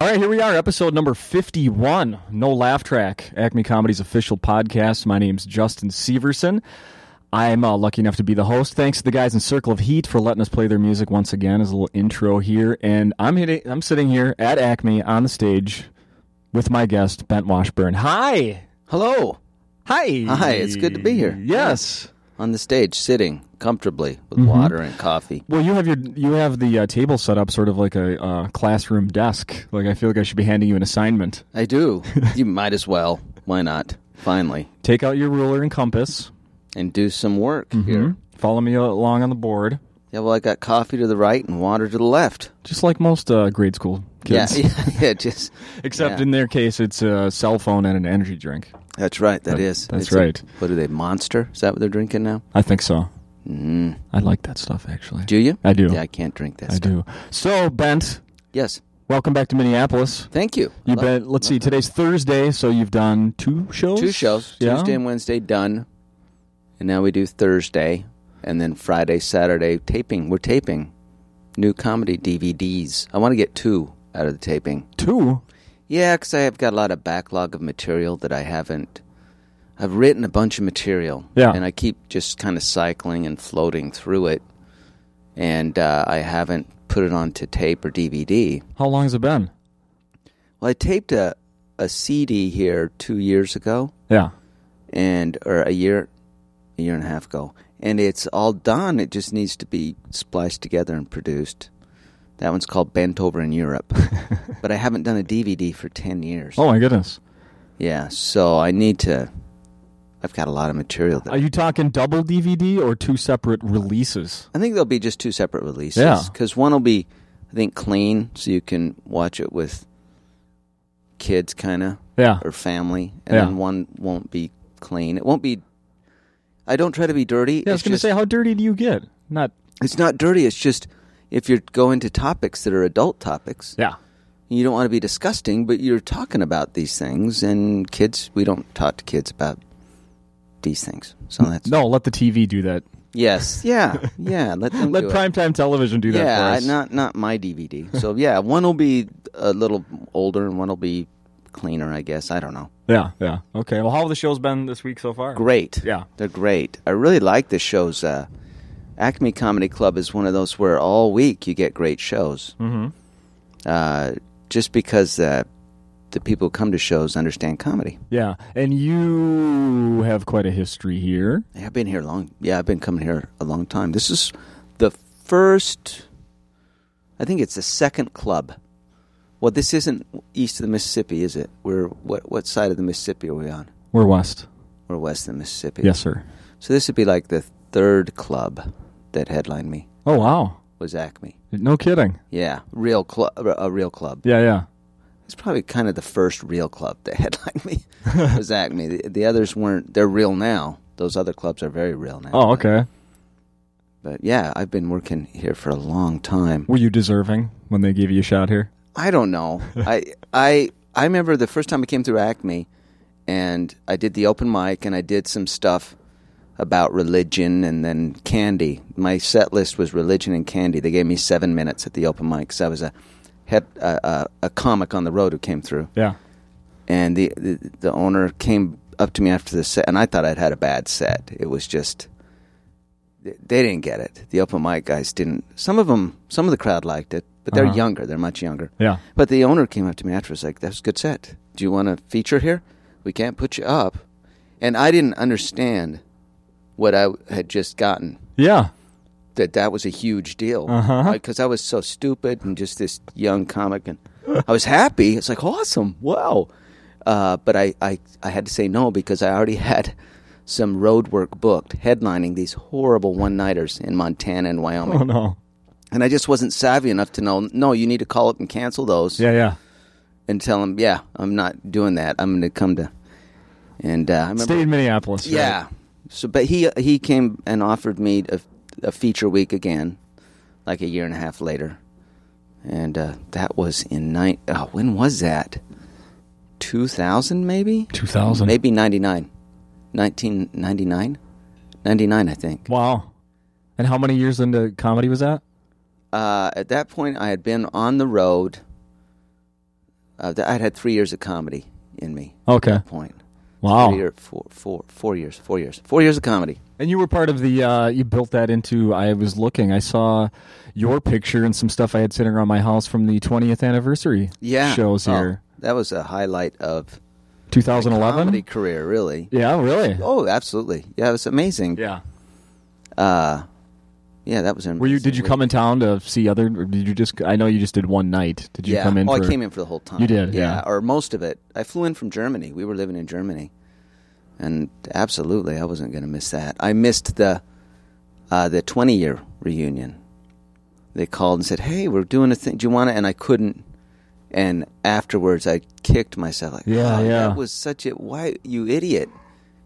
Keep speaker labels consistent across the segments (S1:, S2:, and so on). S1: right, here we are, episode number 51, No Laugh Track, Acme Comedy's official podcast. My name's Justin Severson. I'm uh, lucky enough to be the host. Thanks to the guys in Circle of Heat for letting us play their music once again as a little intro here. And I'm hitting, I'm sitting here at Acme on the stage with my guest Bent Washburn. Hi,
S2: Hello,
S1: hi,
S2: Hi, it's good to be here.
S1: Yes.
S2: on the stage, sitting comfortably with
S1: Mm-hmm.
S2: water and coffee.
S1: Well, you have your you have the uh, table set up sort of like a uh, classroom desk. Like I feel like I should be handing you an assignment.
S2: I do. you might as well. Why not? Finally,
S1: Take out your ruler and compass.
S2: and do some work
S1: Mm-hmm.
S2: here.
S1: Follow me along on the board,
S2: Yeah, well, I got coffee to the right and water to the left.
S1: just like most uh, grade school kids.
S2: Yeah, yeah, yeah, just
S1: Except
S2: yeah.
S1: in their case, it's a cell phone and an energy drink.
S2: that's right. That is.
S1: that's
S2: It's a-
S1: right.
S2: what are they? Monster? Is that what they're drinking now?
S1: I think so.
S2: Mm.
S1: I like that stuff actually.
S2: Do you?
S1: I do.
S2: Yeah, I can't drink that.
S1: I
S2: stuff.
S1: do. So, Bent,
S2: Yes.
S1: welcome back to Minneapolis.
S2: Thank you.
S1: You
S2: Love-
S1: bet. Let's see. Today's Thursday, so you've done two shows.
S2: Two shows,
S1: Yeah.
S2: Tuesday and Wednesday done, and now we do Thursday, and then Friday, Saturday taping. We're taping new comedy DVDs. I want to get two out of the taping.
S1: Two.
S2: Yeah, because I have got a lot of backlog of material that I haven't. I've written a bunch of material,
S1: Yeah.
S2: and I keep just kind of cycling and floating through it, and uh, I haven't put it onto tape or DVD.
S1: How long has it been?
S2: Well, I taped a a CD here two years ago.
S1: Yeah.
S2: and or a year a year and a half ago and it's all done it just needs to be spliced together and produced that one's called bent over in europe but i haven't done a dvd for 10 years
S1: Oh my goodness.
S2: yeah so i need to i've got a lot of material that
S1: Are you talking double DVD or two separate releases?
S2: i think there'll be just two separate releases
S1: Yeah.
S2: because one will be i think clean so you can watch it with kids kind of
S1: Yeah.
S2: or family and
S1: Yeah.
S2: then one won't be clean it won't be i don't try to be dirty
S1: Yeah, I was
S2: It's
S1: going to
S2: just-
S1: say, how dirty do you get? Not.
S2: It's not dirty. It's just if you're going to topics that are adult topics,
S1: Yeah.
S2: you don't want to be disgusting, but you're talking about these things, and kids, we don't talk to kids about these things. So that's
S1: No, let the TV do that.
S2: yes, yeah, yeah. Let them
S1: Let
S2: do it.
S1: primetime television do that
S2: yeah,
S1: for
S2: I-
S1: us.
S2: not not my DVD. So yeah, one will be a little older, and one will be cleaner. I guess I don't know.
S1: Yeah, yeah. Okay. Well, how have the shows been this week so far?
S2: Great.
S1: Yeah.
S2: They're great. I really like the shows. Uh, Acme Comedy Club is one of those where all week you get great shows. Mm-hmm. Uh, just because uh, the people who come to shows understand comedy.
S1: Yeah, and you have quite a history here.
S2: Yeah, I've been here long. Yeah, I've been coming here a long time. This is the first. I think it's the second club. Well, this isn't east of the Mississippi, is it? We're what? What side of the Mississippi are we on?
S1: We're West.
S2: We're west of the Mississippi.
S1: Yes, sir.
S2: So this would be like the third club that headlined me
S1: Oh wow,
S2: was Acme.
S1: no kidding.
S2: Yeah, real club, a real club.
S1: Yeah, yeah.
S2: It's probably kind of the first real club that headlined me was Acme. The, the others weren't. They're real now. Those other clubs are very real now.
S1: Oh, okay.
S2: But yeah, I've been working here for a long time.
S1: Were you deserving when they gave you a shot here?
S2: I don't know. I I I remember the first time I came through Acme, and I did the open mic, and I did some stuff about religion, and then candy. My set list was religion and candy. They gave me seven minutes at the open mic because I was a head a, a, a comic on the road who came through,
S1: Yeah.
S2: and the, the the owner came up to me after the set, and I thought I'd had a bad set. It was just. They didn't get it. The open mic guys didn't. Some of them, some of the crowd liked it, but they're
S1: Uh-huh.
S2: younger. They're much younger.
S1: Yeah.
S2: But the owner came up to me afterwards, like, "That's a good set. Do you want to feature here? We can't put you up." And I didn't understand what I had just gotten.
S1: Yeah.
S2: That that was a huge deal
S1: Uh-huh.
S2: because I was so stupid and just this young comic, and I was happy. It's like awesome, wow. Uh, but I, I I had to say no because I already had some road work booked, headlining these horrible one nighters in Montana and Wyoming,
S1: Oh no.
S2: and I just wasn't savvy enough to know. No, you need to call up and cancel those
S1: Yeah, yeah.
S2: and tell him, yeah, I'm not doing that. I'm going to come to. And uh, I remember,
S1: Stay in Minneapolis. right?
S2: yeah. So, but he he came and offered me a, a feature week again, like a year and a half later, and uh, that was in nine. Oh, when was that? Two thousand, maybe.
S1: 2000.
S2: Maybe ninety nine. 1999? 99, I think.
S1: Wow. And how many years into comedy was that?
S2: Uh, at that point, I had been on the road Uh, th- I'd had three years of comedy in me.
S1: Okay.
S2: At that point.
S1: Wow.
S2: Three or four, four, four years, four years, four years of comedy.
S1: And you were part of the. Uh, you built that into. I was looking. I saw your picture and some stuff I had sitting around my house from the 20th anniversary.
S2: Yeah.
S1: Shows
S2: Oh,
S1: here.
S2: That was a highlight of my
S1: 2011.
S2: comedy career, really.
S1: Yeah. Really.
S2: Oh, absolutely. Yeah, it was amazing.
S1: Yeah.
S2: Uh, yeah, that was. Amazing.
S1: Were you? Did you come in town to see other? Or did you just? I know you just did one night. Did you
S2: yeah.
S1: come in?
S2: Oh,
S1: for,
S2: I came in for the whole time.
S1: You did, yeah.
S2: or most of it. I flew in from Germany. We were living in Germany, and absolutely, I wasn't going to miss that. I missed the uh, the twenty year reunion. They called and said, "Hey, we're doing a thing. Do you want to?" And I couldn't. And afterwards, I kicked myself. Like,
S1: Yeah,
S2: "Oh,
S1: yeah.
S2: That was such a why you idiot.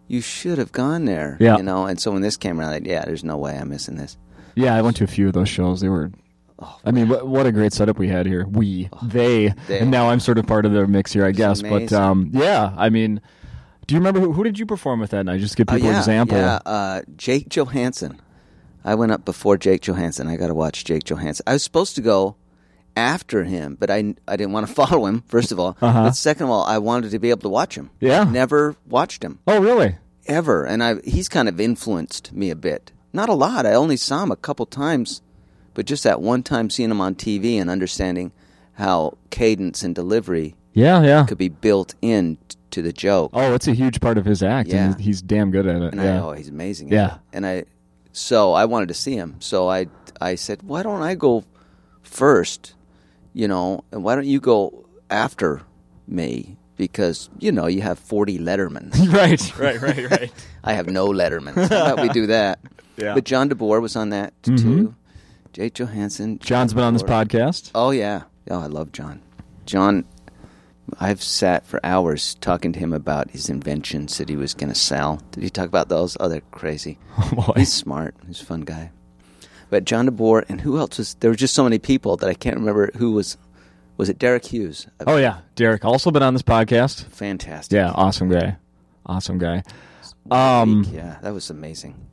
S2: You should have gone there.
S1: Yeah.
S2: you know. And so when this came around, like, yeah, there's no way I'm missing this.
S1: Yeah, I went to a few of those shows. They were. I mean, what, what a great setup we had here. We, they,
S2: Oh, They.
S1: and now I'm sort of part of the mix here, I guess. But
S2: amazing.
S1: um, yeah, I mean, do you remember who, who did you perform with that? And I just give
S2: Oh,
S1: people
S2: yeah,
S1: an example.
S2: Yeah, uh, Jake Johansson. I went up before Jake Johansson. I got to watch Jake Johansson. I was supposed to go after him, but I, I didn't want to follow him, first of all.
S1: Uh-huh.
S2: But second of all, I wanted to be able to watch him.
S1: Yeah.
S2: Never watched him,
S1: Oh, really?
S2: ever. And I, he's kind of influenced me a bit. Not a lot. I only saw him a couple times, but just that one time seeing him on TV and understanding how cadence and delivery
S1: Yeah, yeah.
S2: could be built in t- to the joke.
S1: Oh, it's a huge part of his act,
S2: Yeah.
S1: and he's- he's damn good at it.
S2: and I
S1: yeah.
S2: oh he's amazing. at
S1: Yeah.
S2: that. And I so I wanted to see him. So I I said, "Why don't I go first? You know, and why don't you go after me because you know, you have 40 Lettermans.
S1: right, right, right, right.
S2: I have no Lettermans. How about we do that?"
S1: Yeah. Mm-hmm.
S2: But John DeBoer was on that too. Jake Johansson.
S1: John's been on this
S2: DeBoer.
S1: podcast.
S2: Oh yeah. Oh, I love John. John, I've sat for hours talking to him about his inventions that he was going to sell. Did he talk about those? Oh, they're crazy.
S1: Oh, boy.
S2: He's smart. He's a fun guy. But John DeBoer and who else was? There were just so many people that I can't remember who was. Was it Derek Hughes? A
S1: Oh, yeah. Derek, also been on this podcast.
S2: Fantastic.
S1: Yeah, awesome guy. Awesome guy.
S2: Um. Yeah, that was amazing.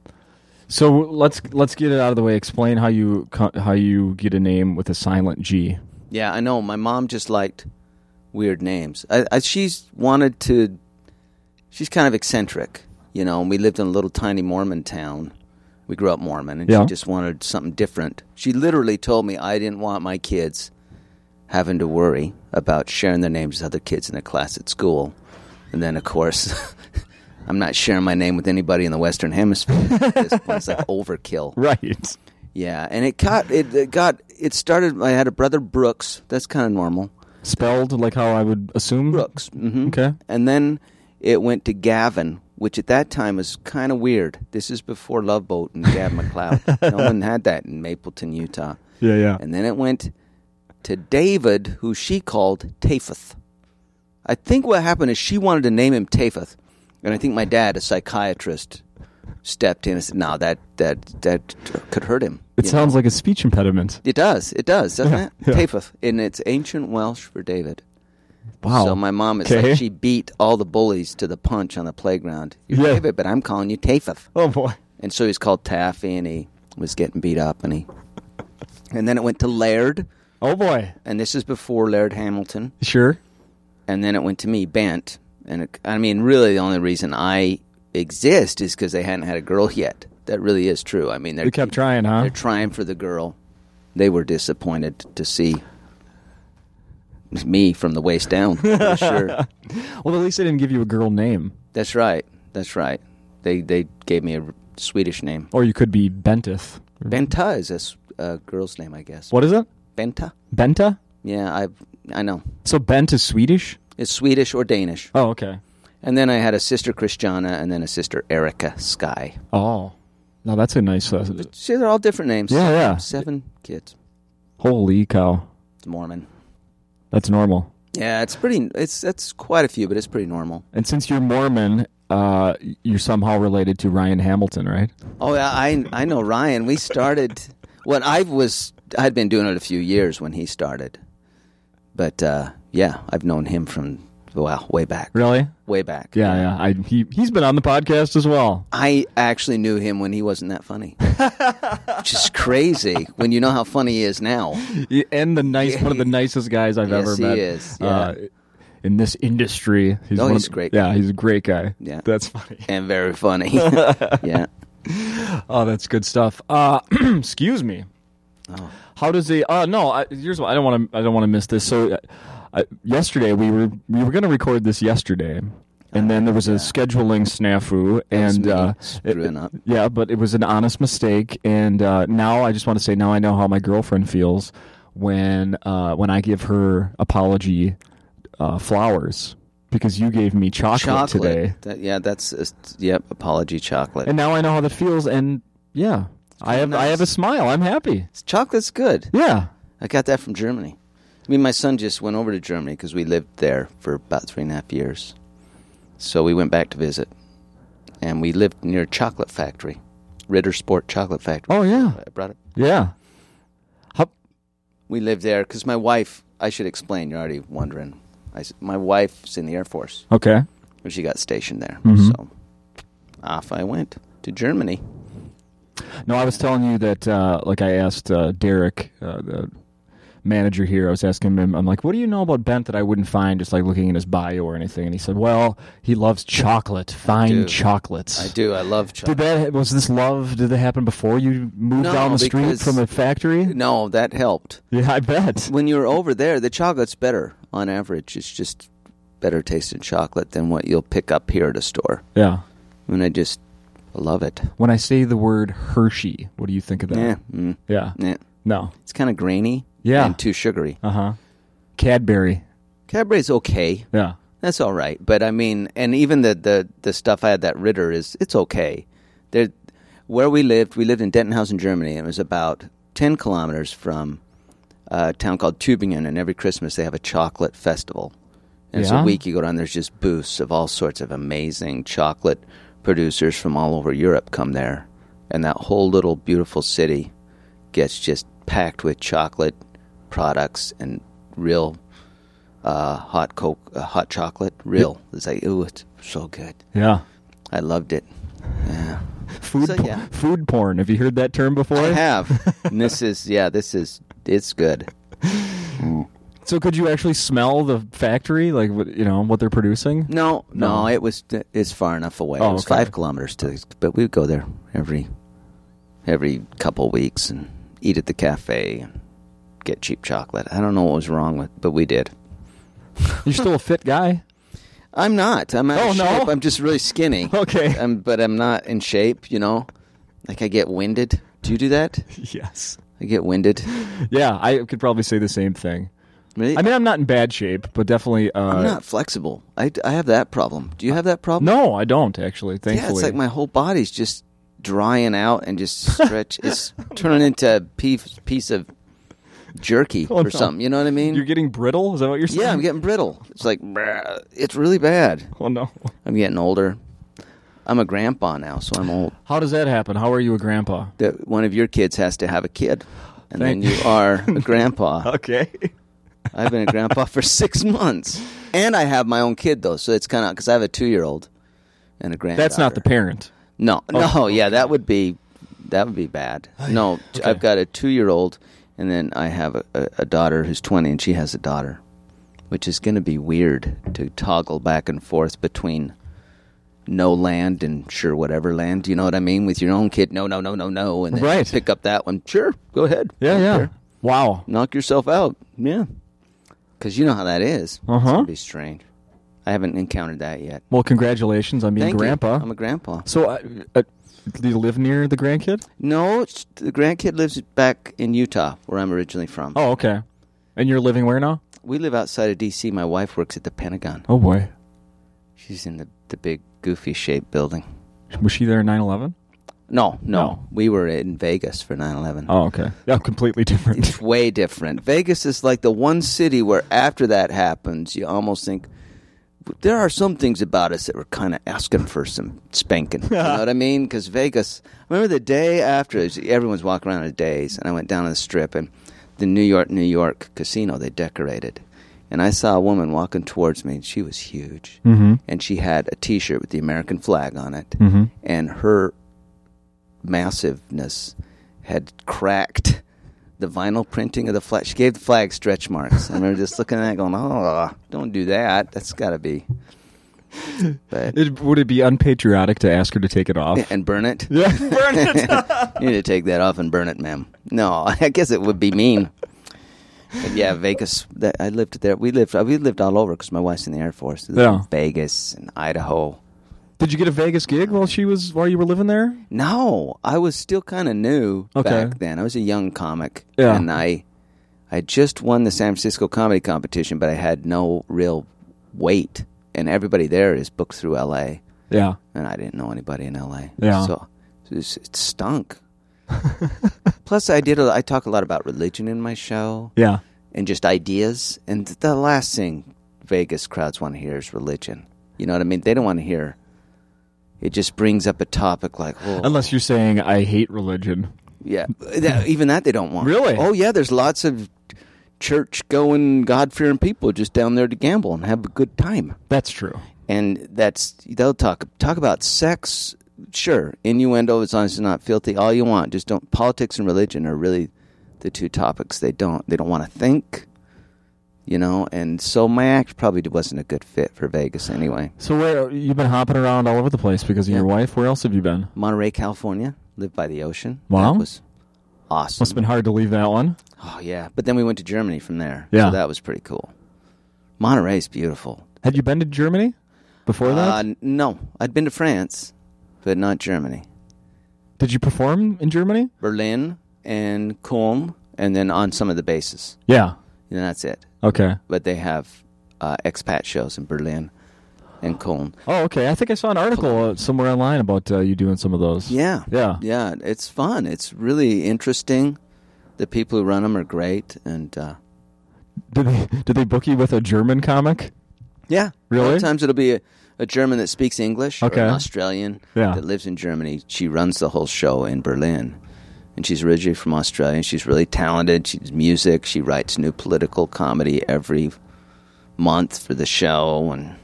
S1: So let's let's get it out of the way. Explain how you co- how you get a name with a silent G.
S2: Yeah, I know. My mom just liked weird names. I, I, she's wanted to. She's kind of eccentric, you know. And we lived in a little tiny Mormon town. We grew up Mormon, and
S1: Yeah.
S2: she just wanted something different. She literally told me I didn't want my kids having to worry about sharing their names with other kids in their class at school. And then, of course, I'm not sharing my name with anybody in the Western Hemisphere. at this point. It's like overkill.
S1: Right.
S2: Yeah, and it got it, it got it started. I had a brother Brooks. That's kind of normal.
S1: Spelled like how I would assume.
S2: Brooks. hmm
S1: Okay.
S2: And then it went to Gavin, which at that time was kind of weird. This is before Love Boat and Gav McLeod. no one had that in Mapleton, Utah.
S1: Yeah, yeah.
S2: And then it went to David, who she called Tafeth. I think what happened is she wanted to name him Tafeth, and I think my dad, a psychiatrist, stepped in and said, "No, that that that could hurt him."
S1: It
S2: you know?
S1: sounds like a speech impediment.
S2: It does. It does, doesn't
S1: Yeah,
S2: it?
S1: yeah.
S2: Tafeth, and it's ancient Welsh for David.
S1: Wow.
S2: So my mom is
S1: Okay.
S2: like she beat all the bullies to the punch on the playground. You're
S1: Yeah.
S2: David, but I'm calling you Tafeth.
S1: oh boy.
S2: And so he's called Taffy, and he was getting beat up, and he. And then it went to Laird,
S1: Oh boy.
S2: and this is before Laird Hamilton,
S1: Sure.
S2: and then it went to me, Bent, and it, I mean, really, the only reason I exist is because they hadn't had a girl yet. That really is true. I mean, they're
S1: We kept trying, huh?
S2: they're trying for the girl. They were disappointed to see me from the waist down. For sure,
S1: Well, at least they didn't give you a girl name,
S2: that's right. That's right. They they gave me a Swedish name.
S1: or you could be Bentith.
S2: Benta is a s- a girl's name, I guess.
S1: What is it?
S2: Benta?
S1: Benta.
S2: Yeah, I I know.
S1: So Bent is Swedish.
S2: It's Swedish or Danish.
S1: Oh, okay.
S2: And then I had a sister Christiana, and then a sister Erica Sky.
S1: Oh, no, that's a nice. Uh,
S2: See, they're all different names.
S1: yeah, yeah.
S2: Seven kids.
S1: Holy cow,
S2: It's Mormon.
S1: that's normal.
S2: Yeah, it's pretty. It's that's quite a few, but it's pretty normal.
S1: And since you're Mormon, uh, you're somehow related to Ryan Hamilton, right?
S2: Oh, yeah, I I know Ryan. We started when I was I had been doing it a few years when he started, but uh, yeah, I've known him from Wow, way back.
S1: Really?
S2: Way back.
S1: Yeah, yeah. I he he's been on the podcast as well.
S2: I actually knew him when he wasn't that funny. Which is crazy when you know how funny he is now.
S1: Y- And the nice one of the nicest guys I've
S2: Yes,
S1: ever
S2: he
S1: met.
S2: is,
S1: Uh, in this industry, he's
S2: Oh,
S1: one
S2: he's
S1: of-
S2: great.
S1: Yeah, he's a great guy.
S2: Yeah.
S1: that's funny.
S2: And very funny. yeah.
S1: Oh, that's good stuff. Uh, excuse me.
S2: Oh,
S1: How does the? Uh, no. I, here's what I don't want to. I don't want to miss this. So, uh, uh, yesterday we were we were going to record this yesterday, and then there was a scheduling snafu,
S2: was
S1: and
S2: me
S1: uh,
S2: screwing up.
S1: Yeah, but it was an honest mistake, and uh, now I just want to say now I know how my girlfriend feels when uh, when I give her apology uh, flowers because you gave me chocolate,
S2: Chocolate.
S1: today,
S2: That- yeah, that's a, yep. Apology, chocolate.
S1: and now I know how that feels, and yeah, I have I
S2: nice.
S1: have a smile. I'm happy.
S2: Chocolate's good.
S1: Yeah.
S2: I got that from Germany. I mean, my son just went over to Germany because we lived there for about three and a half years. So we went back to visit, and we lived near a chocolate factory, Ritter Sport Chocolate Factory.
S1: Oh yeah.
S2: I brought it.
S1: Yeah. How,
S2: We lived there because my wife. I should explain. You're already wondering. I s my wife's in the Air Force,
S1: okay.
S2: and she got stationed there. So off I went to Germany.
S1: No, I was telling you that, uh, like, I asked uh, Derek, uh, the manager here, I was asking him, I'm like, what do you know about Bent that I wouldn't find just like looking in his bio or anything? And he said, well, he loves chocolate, fine
S2: do.
S1: chocolates.
S2: I do. I love chocolate.
S1: Did that was this love? Did that happen before you moved
S2: No,
S1: down the street
S2: because-
S1: from a factory?
S2: No, that helped.
S1: Yeah, I bet.
S2: when you're over there, the chocolate's better on average. It's just better tasting chocolate than what you'll pick up here at a store.
S1: Yeah.
S2: And I just love it.
S1: When I say the word Hershey, what do you think of that?
S2: Yeah, mm,
S1: Yeah.
S2: yeah.
S1: No.
S2: it's kind of grainy.
S1: Yeah.
S2: and too sugary.
S1: Uh huh. Cadbury.
S2: Cadbury's okay.
S1: Yeah.
S2: That's all right. But I mean, and even the the the stuff I had that Ritter is it's okay. There, where we lived, we lived in Dentonhausen, Germany. And it was about ten kilometers from uh, a town called Tübingen, and every Christmas they have a chocolate festival. And it's
S1: Yeah?
S2: a week you go down. There's just booths of all sorts of amazing chocolate producers from all over Europe come there, and that whole little beautiful city gets just packed with chocolate products and real uh, hot coke, uh, hot chocolate, real. It's like, ooh, it's so good.
S1: Yeah.
S2: I loved it. Yeah.
S1: Food,
S2: So,
S1: por-
S2: yeah.
S1: food porn. Have you heard that term before?
S2: I have. and this is, yeah, this is, it's good.
S1: So could you actually smell the factory, like what you know what they're producing?
S2: No, no, it was, it's far enough away.
S1: Oh,
S2: it was
S1: okay.
S2: five kilometers to, but we would go there every, every couple weeks and eat at the cafe and get cheap chocolate. I don't know what was wrong with, but we did.
S1: You're still a fit guy.
S2: I'm not. I'm out
S1: Oh,
S2: of
S1: no?
S2: shape. I'm just really skinny.
S1: Okay.
S2: I'm, but I'm not in shape, you know? Like I get winded. Do you do that?
S1: Yes.
S2: I get winded.
S1: Yeah, I could probably say the same thing.
S2: Really?
S1: I mean, I'm not in bad shape, but definitely. Uh,
S2: I'm not flexible. I, I have that problem. Do you have that problem?
S1: No, I don't actually. Thankfully.
S2: Yeah, it's like my whole body's just drying out and just stretch. it's turning into a piece, piece of jerky
S1: Oh,
S2: or
S1: no.
S2: something. You know what I mean?
S1: You're getting brittle. Is that what you're saying?
S2: yeah, I'm getting brittle. It's like, bruh, it's really bad.
S1: Oh no.
S2: I'm getting older. I'm a grandpa now, so I'm old.
S1: How does that happen? How are you a grandpa?
S2: That one of your kids has to have a kid, and
S1: Thank-
S2: then you are a grandpa.
S1: Okay.
S2: I've been a grandpa for six months, and I have my own kid though, so it's kind of because I have a two-year-old and a granddaughter.
S1: That's not the parent.
S2: No,
S1: Oh.
S2: no, yeah, that would be that would be bad. No, t- I've got a two-year-old, and then I have a, a, a daughter who's twenty, and she has a daughter, which is going to be weird to toggle back and forth between no land and sure whatever land. You know what I mean? With your own kid, no, no, no, no, no, and then
S1: Right.
S2: pick up that one. Sure, go ahead.
S1: Yeah,
S2: Don't
S1: yeah.
S2: care.
S1: Wow.
S2: Knock yourself out. Yeah, because you know how that is.
S1: Uh-huh.
S2: It's gonna be strange. I haven't encountered that yet.
S1: Well, congratulations on being
S2: Thank you.
S1: grandpa.
S2: I'm a grandpa.
S1: so, uh, uh, do you live near the grandkid?
S2: No, it's, the grandkid lives back in Utah, where I'm originally from.
S1: Oh, okay. And you're living where now?
S2: We live outside of D.C. My wife works at the Pentagon.
S1: Oh boy.
S2: She's in the, the big, goofy shaped building.
S1: Was she there in 9/11?
S2: No, no,
S1: No.
S2: We were in Vegas for 9 11.
S1: Oh, okay. Yeah, completely different.
S2: It's way different. Vegas is like the one city where after that happens, you almost think there are some things about us that were kind of asking for some spanking. You know what I mean? Because Vegas, I remember the day after, everyone's walking around in a daze, and I went down on the strip and the New York, New York casino they decorated. and I saw a woman walking towards me, and she was huge,
S1: Mm-hmm.
S2: and she had a T-shirt with the American flag on it,
S1: Mm-hmm.
S2: and her massiveness had cracked the vinyl printing of the flag. She gave the flag stretch marks. I remember just looking at that, going, "Oh, don't do that. That's got to be." But
S1: It, would it be unpatriotic to ask her to take it off?
S2: and burn it.
S1: Yeah, burn it.
S2: You need to take that off and burn it, ma'am. No, I guess it would be mean. But yeah, Vegas. That, I lived there. We lived. We lived all over because my wife's in the Air Force.
S1: Yeah.
S2: Vegas and Idaho.
S1: Did you get a Vegas gig while she was while you were living there?
S2: No, I was still kind of new
S1: Okay.
S2: back then. I was a young comic,
S1: Yeah.
S2: and I, I just won the San Francisco comedy competition, but I had no real weight, and everybody there is booked through L.A.
S1: Yeah.
S2: and I didn't know anybody in LA.
S1: Yeah.
S2: So it, was- it stunk. Plus, I did. A, I talk a lot about religion in my show
S1: Yeah.
S2: and just ideas. And the last thing Vegas crowds want to hear is religion. You know what I mean? They don't want to hear. It just brings up a topic like, oh, well,
S1: Unless you're saying I hate religion.
S2: yeah, that, even that they don't want.
S1: Really?
S2: Oh yeah, there's lots of church going, God fearing people just down there to gamble and have a good time
S1: That's true.
S2: and that's they'll talk talk about sex. Sure, innuendo as long as it's not filthy, all you want. Just don't. Politics and religion are really the two topics they don't they don't want to think. You know, and so my act probably wasn't a good fit for Vegas anyway.
S1: So where you've been hopping around all over the place because of your
S2: Yeah.
S1: wife? Where else have you been?
S2: Monterey, California, lived by the ocean.
S1: Wow.
S2: that was awesome.
S1: Must have been hard to leave that one.
S2: oh yeah, but then we went to Germany from there.
S1: Yeah.
S2: so that was pretty cool. Monterey's beautiful.
S1: Had you been to Germany before
S2: Uh,
S1: that?
S2: n- no, I'd been to France, but not Germany.
S1: Did you perform in Germany?
S2: Berlin and Culm, and then on some of the bases.
S1: Yeah.
S2: And that's it.
S1: Okay.
S2: But they have uh, expat shows in Berlin and Culm.
S1: Oh, okay. I think I saw an article uh, somewhere online about uh, you doing some of those.
S2: Yeah.
S1: Yeah.
S2: Yeah. It's fun. It's really interesting. The people who run them are great. And uh,
S1: Did they did they book you with a German comic?
S2: yeah.
S1: Really?
S2: Sometimes it'll be a, a German that speaks English or
S1: Okay.
S2: an Australian
S1: Yeah.
S2: that lives in Germany. She runs the whole show in Berlin. And she's originally from Australia. and She's really talented. She's music. She writes new political comedy every month for the show, and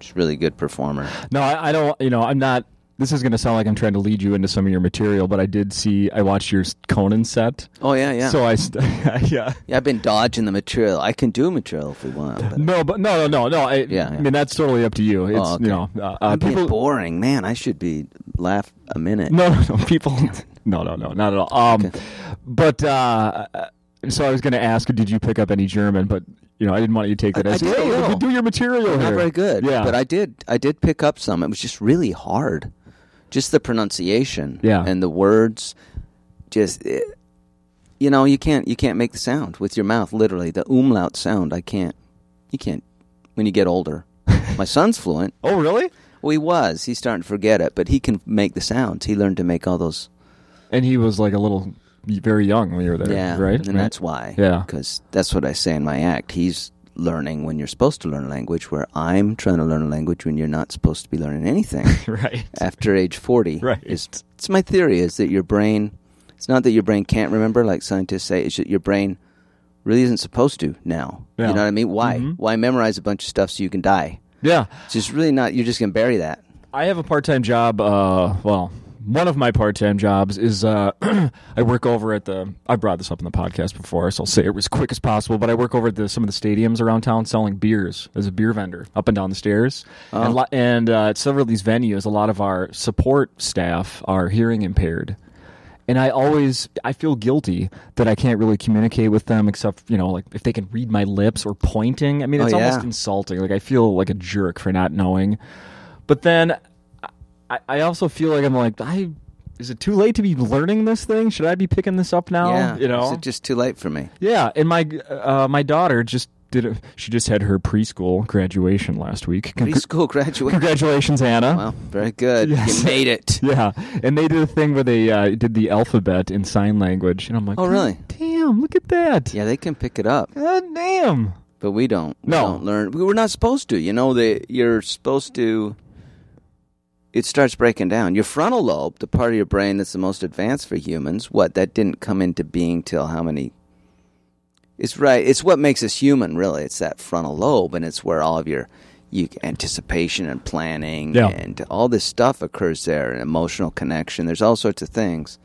S2: she's a really good performer.
S1: No, I, I don't. You know, I'm not. This is going to sound like I'm trying to lead you into some of your material, but I did see. I watched your Conan set.
S2: Oh yeah, yeah.
S1: So I, st- yeah.
S2: yeah, I've been dodging the material. I can do material if we want. But
S1: No, but no, no, no, no. I,
S2: Yeah,
S1: I
S2: yeah.
S1: mean that's totally up to you. It's
S2: okay.
S1: you know, uh, uh,
S2: I'm being
S1: people.
S2: boring, man. I should be laugh a minute.
S1: No, no, no, people. No, no, no, not at all. Um, but uh, uh, so I was going to ask, did you pick up any German? But you know, I didn't want you to take that
S2: I
S1: as
S2: did a
S1: hey, we
S2: little.
S1: can do your material here.
S2: Not very good.
S1: Yeah,
S2: But I did I did pick up some. It was just really hard. Just the pronunciation.
S1: Yeah.
S2: And the words just eh, you know, you can't you can't make the sound with your mouth, literally. The umlaut sound I can't you can't when you get older. My son's fluent.
S1: Oh, really?
S2: Well he was. He's starting to forget it, but he can make the sounds. He learned to make all those
S1: And he was like a little, very young when you were there.
S2: Yeah.
S1: right.
S2: And
S1: Right?
S2: that's why.
S1: Yeah.
S2: Because that's what I say in my act. He's learning when you're supposed to learn a language, where I'm trying to learn a language when you're not supposed to be learning anything.
S1: right.
S2: after age 40
S1: Right.
S2: is it's my theory is that your brain it's not that your brain can't remember like scientists say it's that your brain really isn't supposed to now
S1: Yeah. Mm-hmm.
S2: you know what i mean why why memorize a bunch of stuff so you can die
S1: Yeah.
S2: it's just really not you're just gonna bury that
S1: I have a part time job. Uh, well, one of my part time jobs is uh, I work over at the. I brought this up in the podcast before, so I'll say it as quick as possible. But I work over at the, some of the stadiums around town selling beers as a beer vendor up and down the stairs.
S2: Oh.
S1: And, lo- and uh, at several of these venues, a lot of our support staff are hearing impaired. And I always I feel guilty that I can't really communicate with them except you know like if they can read my lips or pointing. I mean
S2: Oh,
S1: it's almost
S2: yeah.
S1: insulting. Like I feel like a jerk for not knowing. But then I, I also feel like I'm like, I is it too late to be learning this thing? Should I be picking this up now?
S2: yeah
S1: Oh. You know?
S2: is it just too late for me
S1: yeah. And my uh, my daughter just did. A, she just had her preschool graduation last week. Con-
S2: preschool graduate
S1: congratulations, Anna.
S2: well very good
S1: Yes.
S2: you made it
S1: Yeah, and they did a thing where they uh, did the alphabet in sign language, and I'm like,
S2: Oh, really?
S1: "God Damn! Look at that!
S2: yeah they can pick it up
S1: God damn!
S2: But we don't. We
S1: No.
S2: don't learn. We We're not supposed to. You know, the, you're supposed to. It starts breaking down. Your frontal lobe, the part of your brain that's the most advanced for humans, what that didn't come into being till how many? It's right. It's what makes us human, really. It's that frontal lobe, and it's where all of your you, anticipation and planning
S1: Yeah.
S2: and all this stuff occurs there. And emotional connection. There's all sorts of things,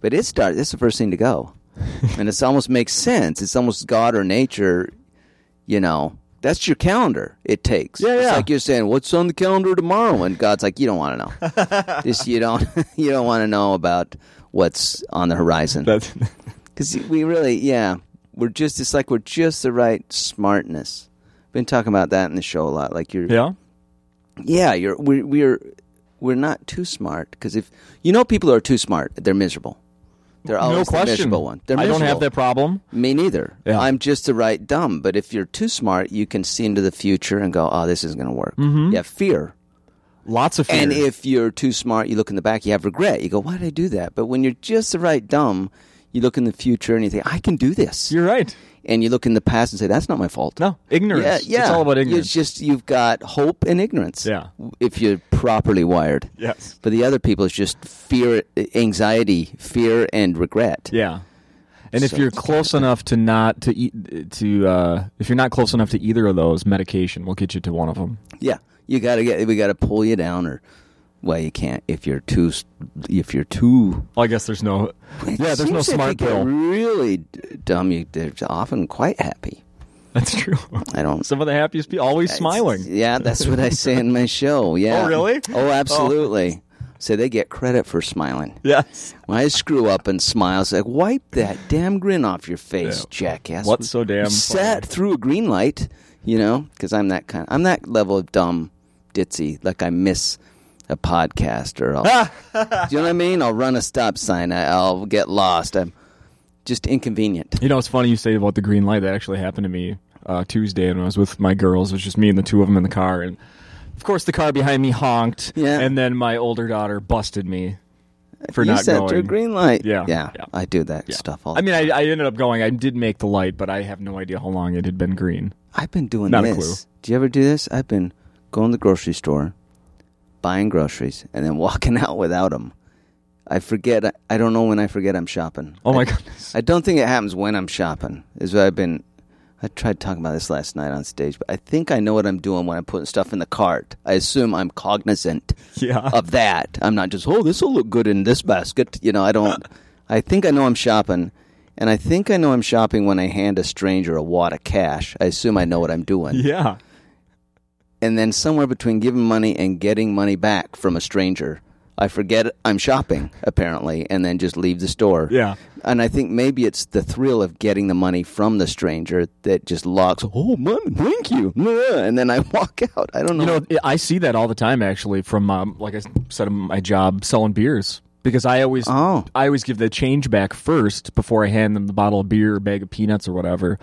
S2: but it starts. It's the first thing to go, and it's almost makes sense. It's almost God or nature. You know, that's your calendar. It takes.
S1: Yeah,
S2: it's
S1: yeah.
S2: like you're saying, "What's on the calendar tomorrow?" And God's like, "You don't want to know. Just you don't. you don't want to know about what's on the horizon."
S1: That,
S2: Because we really, yeah, we're just, it's like we're just the right smartness. Been talking about that in the show a lot. Like you're, yeah,
S1: yeah.
S2: you're, we're, we're, we're not too smart. Because if, you know, people who are too smart, they're miserable. They're always
S1: No
S2: Oh, the
S1: question.
S2: miserable one. They're
S1: I don't have
S2: miserable.
S1: that problem.
S2: Me neither.
S1: Yeah.
S2: I'm just the right dumb. But if you're too smart, you can see into the future and go, oh, this isn't going to work. You have fear.
S1: Lots of Mm-hmm. fear.
S2: And if you're too smart, you look in the back, you have regret. You go, why did I do that? But when you're just the right dumb, you look in the future and you think, I can do this
S1: You're right.
S2: and you look in the past and say that's not my fault.
S1: No, ignorance.
S2: Yeah, yeah.
S1: It's all about ignorance.
S2: It's just you've got hope and ignorance.
S1: Yeah.
S2: If you're properly wired.
S1: yes.
S2: But the other people is just fear, anxiety, fear, and regret.
S1: Yeah. And if
S2: So
S1: you're
S2: it's
S1: close enough to not to eat to uh, if you're not close enough to either of those, medication will get you to one of them.
S2: Yeah. You gotta get. We gotta pull you down, or well, you can't if you're too. s- If you're too.
S1: Well, I guess there's no.
S2: It
S1: yeah, there's no
S2: seems if
S1: smart
S2: you get
S1: pill.
S2: Really d- dumb. You, they're often quite happy.
S1: That's true.
S2: I don't.
S1: Some of the happiest people always smiling.
S2: Yeah, that's what I say in my show. Yeah.
S1: Oh, really?
S2: Oh, absolutely. So they get credit for smiling.
S1: Yes.
S2: When I screw up and smile, it's like, wipe that damn grin off your face,
S1: Yeah.
S2: jackass.
S1: What's so damn
S2: You Sat through a green light, you know, because I'm that kind. I'm that level of dumb, ditzy. Like I miss a podcast or I'll, do you know what I mean? I'll run a stop sign. I, I'll get lost. I'm just inconvenient.
S1: You know, it's funny you say about the green light. That actually happened to me uh, Tuesday when I was with my girls. It was just me and the two of them in the car, and of course, the car behind me honked.
S2: Yeah.
S1: And then my older daughter busted me for
S2: you
S1: not
S2: sat
S1: going.
S2: through a green light.
S1: Yeah,
S2: yeah,
S1: yeah.
S2: I do that stuff all.
S1: I mean, I, I ended up going. I did make the light, but I have no idea how long it had been green.
S2: I've been doing
S1: Not a
S2: this.
S1: clue.
S2: Do you ever do this? I've been going to the grocery store, buying groceries, and then walking out without them. I forget. I don't know when I forget I'm shopping.
S1: Oh my
S2: I-
S1: goodness.
S2: I don't think it happens when I'm shopping. Is what I've been. I tried talking about this last night on stage, but I think I know what I'm doing when I'm putting stuff in the cart. I assume I'm cognizant
S1: Yeah.
S2: of that. I'm not just, oh, this will look good in this basket. You know, I don't. I think I know I'm shopping, and I think I know I'm shopping when I hand a stranger a wad of cash. I assume I know what I'm doing.
S1: Yeah.
S2: And then somewhere between giving money and getting money back from a stranger, I forget I'm shopping apparently, and then just leave the store.
S1: Yeah.
S2: And I think maybe it's the thrill of getting the money from the stranger that just locks. Oh, man, thank you. And then I walk out. I don't know.
S1: You know, I- I see that all the time actually from um, like I said in my job selling beers because I always
S2: Oh.
S1: I always give the change back first before I hand them the bottle of beer or bag of peanuts or whatever.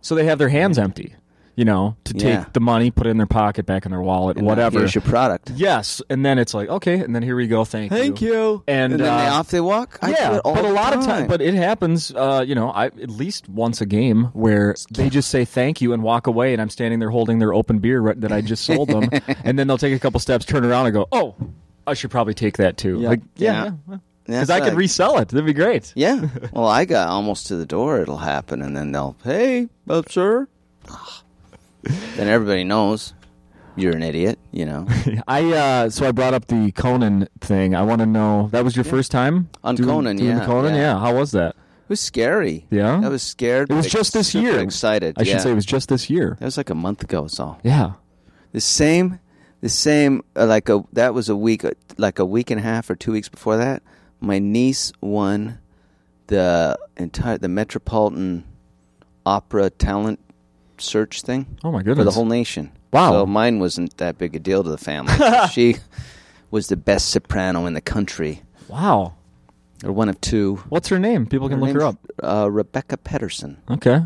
S1: So they have their hands empty, you know, to take
S2: Yeah.
S1: the money, put it in their pocket, back in their wallet, whatever.
S2: Here's your product.
S1: yes, and then it's like, okay, and then here we go, thank, you. And,
S2: then they
S1: uh,
S2: off they walk. I do
S1: yeah,
S2: it all
S1: but a
S2: the
S1: lot
S2: time.
S1: of times, but it happens. Uh, you know, I at least once a game where they just say thank you and walk away, and I'm standing there holding their open beer right- that I just sold them, and then they'll take a couple steps, turn around, and go, "Oh, I should probably take that too." Like,
S2: Yeah.
S1: yeah,
S2: Yeah,
S1: because
S2: so
S1: I could
S2: I-
S1: resell it. That'd be great.
S2: yeah. Well, I got almost to the door. It'll happen, and then they'll, hey, uh, sir. Ah. then everybody knows you're an idiot. You know,
S1: I uh, so I brought up the Conan thing. I want to know that was your first time
S2: On
S1: doing-
S2: Conan,
S1: doing the
S2: yeah,
S1: Conan,
S2: yeah.
S1: How was that?
S2: it was scary.
S1: Yeah?
S2: I was scared.
S1: It was
S2: but
S1: just this
S2: super
S1: year.
S2: Excited.
S1: I
S2: yeah.
S1: should say it was just this year.
S2: That was like a month ago. It's all.
S1: Yeah.
S2: The same, the same. Uh, like a that was a week, uh, like a week and a half or two weeks before that. My niece won the entire the Metropolitan Opera talent search thing
S1: Oh my
S2: for
S1: goodness.
S2: the whole nation.
S1: Wow.
S2: So mine wasn't that big a deal to the family. she was the best soprano in the country,
S1: wow.
S2: or one of two.
S1: What's her name? People can look her up.
S2: name's, Uh, Rebecca Pedersen
S1: Okay.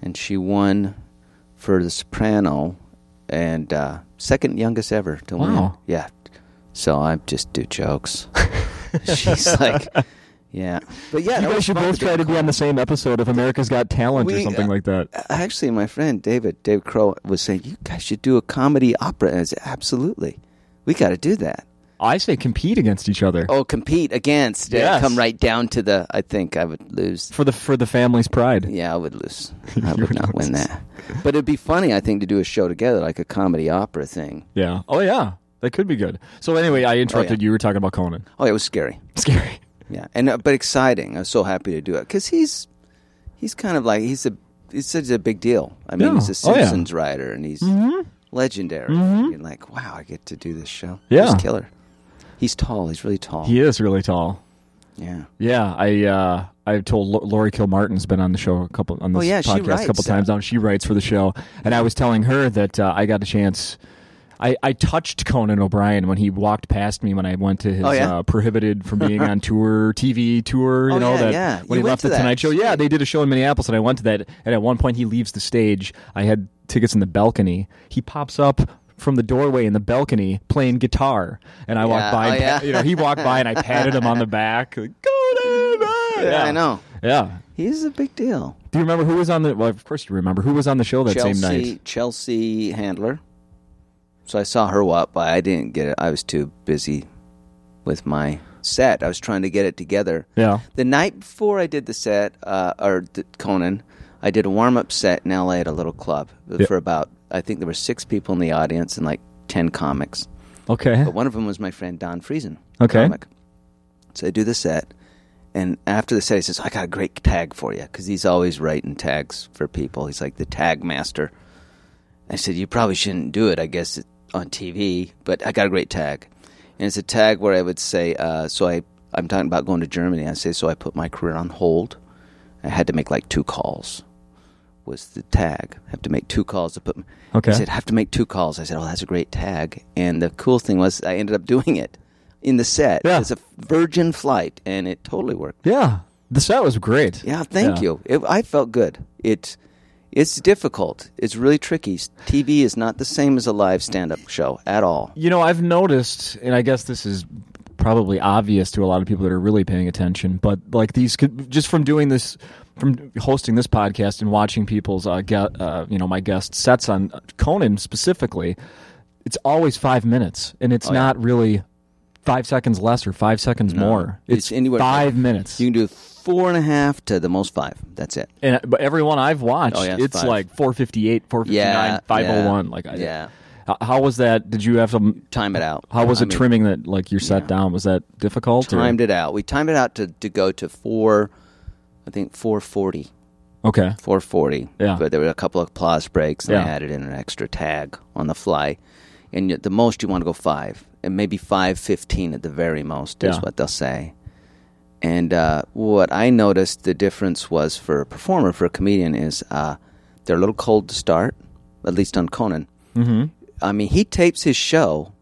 S2: and she won for the soprano and uh, second youngest ever to win.
S1: Wow.
S2: Yeah. So I just do jokes. She's like, yeah. But yeah,
S1: you
S2: that
S1: guys
S2: was
S1: should
S2: fun
S1: both
S2: to
S1: try to
S2: do.
S1: be on the same episode of America's Got Talent or
S2: We- uh,
S1: something like that.
S2: Actually, my friend David, David Crow, was saying, you guys should do a comedy opera. And I said, absolutely. We got to do that.
S1: I say compete against each other
S2: Oh, compete against. Yeah,
S1: Yes.
S2: Come right down to the. I think I would lose.
S1: for the for the family's pride.
S2: Yeah, I would lose. I would not win that. But it'd be funny, I think, to do a show together, like a comedy opera thing.
S1: Yeah. Oh yeah, that could be good. So anyway, I interrupted. You were talking about Conan.
S2: Oh, it was scary.
S1: Scary.
S2: Yeah, and uh, but exciting. I was so happy to do it because he's he's kind of like he's a he's such a big deal. I mean,
S1: Yeah.
S2: he's a
S1: Oh, yeah. Mm-hmm.
S2: Simpsons writer, and he's legendary. You're like, wow, I get to do this show.
S1: Yeah.
S2: he's killer. He's tall. He's really tall.
S1: He is really tall.
S2: yeah.
S1: Yeah, I uh, I told Lo- Lori Kilmartin's been on the show a couple on this
S2: Oh, yeah, she
S1: podcast a
S2: writes,
S1: couple times
S2: uh,
S1: now. She writes for the show, and I was telling her that uh, I got a chance. I, I touched Conan O'Brien when he walked past me when I went to his
S2: Oh, yeah?
S1: uh, prohibited from being on tour TV tour. You
S2: Oh,
S1: know
S2: yeah,
S1: that
S2: yeah.
S1: when
S2: You
S1: he
S2: went
S1: left
S2: to
S1: the
S2: that.
S1: Tonight Show. Yeah, they did a show in Minneapolis, and I went to that. And at one point, he leaves the stage. I had tickets in the balcony. He pops up. From the doorway in the balcony, playing guitar, and I walked
S2: Yeah,
S1: by.
S2: oh,
S1: and pat-
S2: yeah.
S1: you know, he walked by, and I patted him on the back. Like, Conan, ah!"
S2: Yeah, I know.
S1: Yeah.
S2: He's a big deal.
S1: Do you remember who was on the? Well, of course you remember who was on the show that
S2: Chelsea,
S1: same night.
S2: Chelsea Handler. So I saw her walk by. I didn't get it. I was too busy with my set. I was trying to get it together.
S1: Yeah.
S2: The night before I did the set, uh, or the Conan, I did a warm up set in LA at a little club for about, I think there were six people in the audience and like 10 comics.
S1: Okay.
S2: But one of them was my friend Don Friesen.
S1: Okay.
S2: Comic. So I do the set, and after the set, he says, "I got a great tag for you," because he's always writing tags for people. He's like the tag master. I said, "You probably shouldn't do it. I guess it, on TV, but I got a great tag, and it's a tag where I would say, uh, so I I'm talking about going to Germany. I say, so I put my career on hold. I had to make like two calls." Was the tag? I have to make two calls to put. m-
S1: Okay.
S2: I said, I have to make two calls. I said, oh, that's a great tag. And the cool thing was, I ended up doing it in the set.
S1: Yeah.
S2: It's a virgin flight, and it totally worked.
S1: Yeah. The set was great.
S2: Yeah, thank
S1: Yeah.
S2: you. It, I felt good. It, it's difficult. It's really tricky. TV is not the same as a live stand-up show at all.
S1: You know, I've noticed, and I guess this is probably obvious to a lot of people that are really paying attention, but like these, could, just from doing this, from hosting this podcast and watching people's, uh, get, uh, you know, my guest sets on Conan specifically, it's always five minutes, and
S2: Oh,
S1: it's not really five seconds less or five seconds more. It's,
S2: It's anywhere from-
S1: five minutes.
S2: You can do four and a half to the most five. That's it.
S1: and but everyone I've watched,
S2: Oh, yeah, it's
S1: it's
S2: five.
S1: like 458, 459,
S2: Yeah,
S1: 501.
S2: yeah,
S1: like, I,
S2: yeah.
S1: How, how was that? Did you have to?
S2: Time it out.
S1: How was
S2: I
S1: it
S2: mean,
S1: trimming that? Like you sat down, was that difficult? or-
S2: Timed it out. We timed it out to, to go to four, I think four forty.
S1: Okay.
S2: 440.
S1: Yeah.
S2: But there were a couple of applause breaks, and
S1: Yeah.
S2: I added in an extra tag on the fly. And yet the most you want to go five, and maybe 515 at the very most is
S1: Yeah.
S2: what they'll say. And uh, what I noticed the difference was for a performer, for a comedian, is uh, they're a little cold to start, at least on Conan. Mm-hmm. I mean, he tapes his show,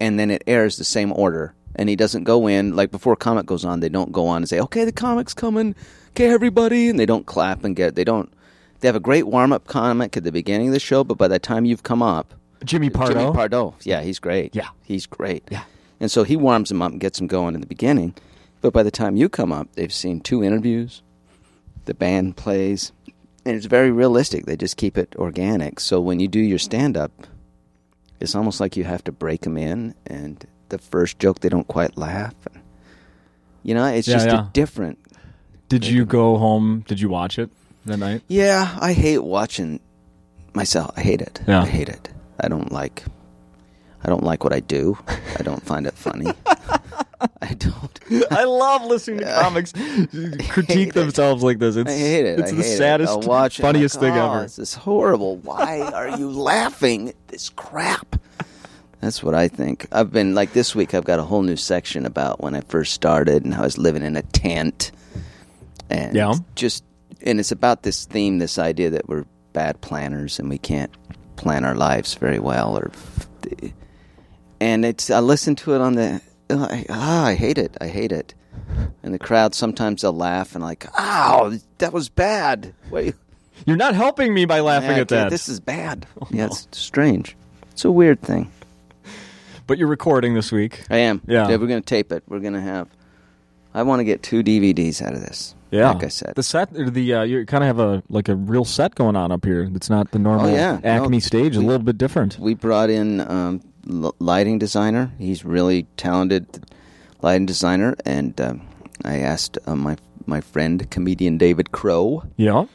S2: and then it airs the same order. And he doesn't go in like before a comic goes on. They don't go on and say, "Okay, the comic's coming, okay, everybody," and they don't clap and get. They don't. They have a great warm up comic at the beginning of the show, but by the time you've come up,
S1: Jimmy Pardo.
S2: Jimmy Pardo, yeah, he's great.
S1: Yeah.
S2: he's great.
S1: Yeah.
S2: and so he warms them up and gets them going in the beginning. But by the time you come up, they've seen two interviews, the band plays, and it's very realistic. They just keep it organic. So when you do your stand up, it's almost like you have to break them in, and the first joke they don't quite laugh. And, you know, it's
S1: Yeah,
S2: just
S1: yeah.
S2: a different.
S1: Did you go home? Did you watch it that night?
S2: Yeah, I hate watching myself. I hate it.
S1: Yeah.
S2: I hate it. I don't like. I don't like what I do. I don't find it funny. I don't.
S1: I love listening to comics
S2: hate
S1: critique
S2: it.
S1: themselves like this. It's,
S2: I hate it.
S1: It's
S2: I
S1: the
S2: hate it.
S1: saddest,
S2: I'll watch it,
S1: funniest
S2: like,
S1: thing
S2: "Oh,
S1: ever.
S2: This is horrible. Why are you laughing at this crap? That's what I think. I've been like this week. I've got a whole new section about when I first started and how I was living in a tent, and
S1: Yeah.
S2: just and it's about this theme, this idea that we're bad planners and we can't plan our lives very well, or and it's I listen to it on the oh, I, ah, I hate it I hate it, and the crowd sometimes they'll laugh and like oh that was bad wait
S1: You're not helping me by laughing
S2: man,
S1: at that. Oh,
S2: this is bad yeah it's strange it's a weird thing
S1: but you're recording this week.
S2: I am
S1: Yeah.
S2: we're gonna tape it we're gonna have I want to get two DVDs out of this
S1: Yeah,
S2: like I said
S1: the set, or the uh, you kind of have a like a real set going on up here. It's not the normal
S2: Oh, yeah.
S1: Acme
S2: No,
S1: stage. A
S2: we-
S1: little bit different.
S2: we brought in um, l- lighting designer. He's really talented lighting designer, and um, I asked uh, my my friend comedian David Crow
S1: Yeah.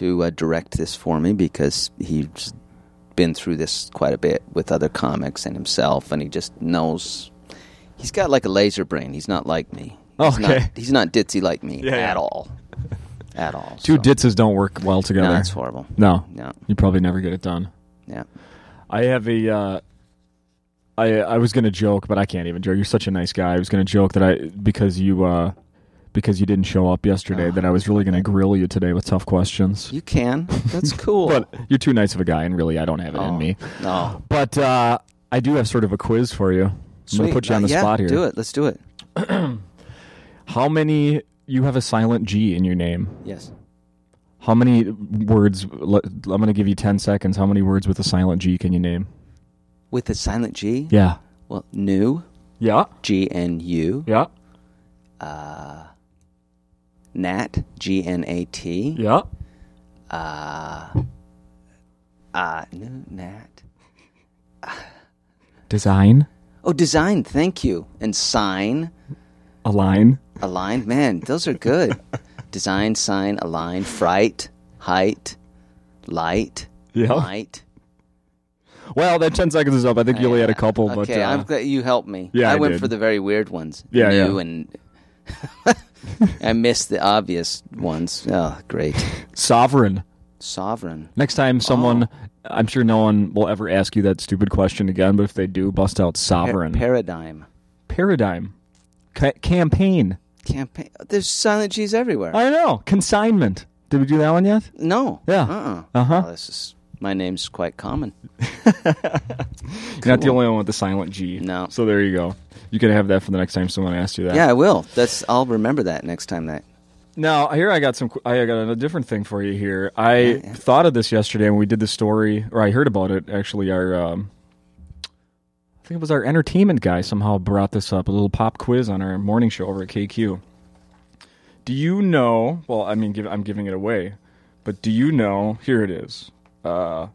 S2: to uh, direct this for me because he's been through this quite a bit with other comics and himself, and he just knows. He's got like a laser brain. He's not like me. He's
S1: Okay.
S2: Not, he's not ditzy like me
S1: Yeah,
S2: at
S1: yeah.
S2: all. At all.
S1: Two
S2: so.
S1: ditzes don't work well together.
S2: No, it's horrible.
S1: No.
S2: No.
S1: You probably never get it done.
S2: Yeah.
S1: I have a. Uh, I I was gonna joke, but I can't even joke. You're such a nice guy. I was gonna joke that I because you uh, because you didn't show up yesterday that I was really gonna grill you today with tough questions.
S2: You can. That's cool.
S1: But you're too nice of a guy, and really, I don't have it
S2: Oh,
S1: in me.
S2: No.
S1: But uh, I do have sort of a quiz for you. I'm
S2: Sweet.
S1: gonna put you on
S2: Uh,
S1: the
S2: yeah,
S1: spot here.
S2: Do it. Let's do it.
S1: How many? You have a silent G in your name.
S2: Yes.
S1: How many words? le- I'm gonna give you ten seconds. How many words with a silent G can you name?
S2: With the silent G.
S1: Yeah.
S2: Well, new
S1: Yeah.
S2: G N U.
S1: Yeah.
S2: Uh, Nat G N A T.
S1: Yeah.
S2: Uh, uh, no, Nat.
S1: Design.
S2: Oh, design. Thank you. And sign.
S1: Align.
S2: Align. Man, those are good. design, sign, align, fright, height, light,
S1: Yeah.
S2: light.
S1: Well, that 10 seconds is up. I think you only had a couple,
S2: okay,
S1: but uh,
S2: I'm glad you helped me.
S1: yeah,
S2: I
S1: I
S2: went
S1: did.
S2: for the very weird ones.
S1: Yeah,
S2: new
S1: yeah.
S2: and I missed the obvious ones. Oh, great.
S1: sovereign.
S2: Sovereign.
S1: Next
S2: Oh.
S1: time someone, I'm sure no one will ever ask you that stupid question again, but if they do, bust out
S2: Pa-
S1: sovereign.
S2: paradigm.
S1: Paradigm. Ca- campaign.
S2: Campaign. There's silent G's everywhere.
S1: I know. Consignment. Did we do that one yet?
S2: no.
S1: Yeah.
S2: Uh-uh.
S1: Uh-huh.
S2: Oh, this is my name's quite common.
S1: You're not the only one with the silent G.
S2: No.
S1: So there you go. You can have that for the next time someone asks you that.
S2: Yeah, I will. That's I'll remember that next time that.
S1: Now here I got some. I got a different thing for you here. I thought of this yesterday when we did the story, or I heard about it actually. Our, um, I think it was our entertainment guy somehow brought this up. A little pop quiz on our morning show over at KQ. Do you know? Well, I mean, give, I'm giving it away, but do you know? Here it is. Uh,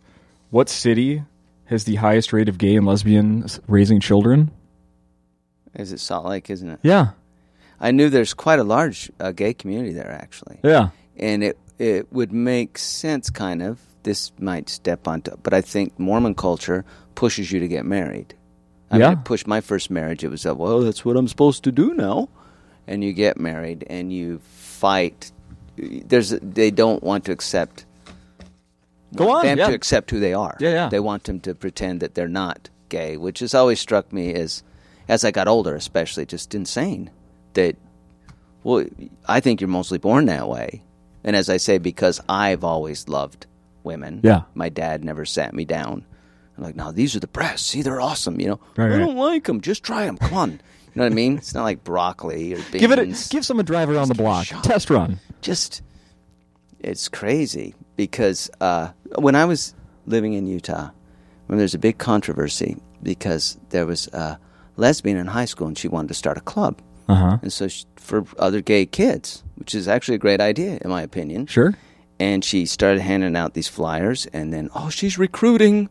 S1: what city has the highest rate of gay and lesbians raising children?
S2: Is it Salt Lake, isn't it?
S1: Yeah,
S2: I knew there's quite a large uh, gay community there actually.
S1: yeah.
S2: and it it would make sense kind of this might step on top but i think mormon culture pushes you to get married i
S1: Yeah.
S2: mean, it pushed my first marriage it was like well that's what i'm supposed to do now and you get married and you fight there's they don't want to accept
S1: Go on,
S2: them
S1: yeah.
S2: to accept who they are
S1: Yeah, yeah.
S2: they want them to pretend that they're not gay which has always struck me as as i got older especially just insane that well, I think you're mostly born that way. And as I say, because I've always loved women.
S1: Yeah.
S2: My dad never sat me down. I'm like, no, these are the breasts. See, they're awesome. You know,
S1: Right,
S2: I
S1: right.
S2: don't like them. Just try them. Come on. You know what I mean? It's not like broccoli or beans.
S1: Give it. A, give some a drive around the block. Test run.
S2: Just, it's crazy because uh, when I was living in Utah, when there's a big controversy because there was a lesbian in high school and she wanted to start a club
S1: Uh huh.
S2: and so she, for other gay kids, which is actually a great idea in my opinion.
S1: Sure.
S2: And she started handing out these flyers, and then oh, she's recruiting,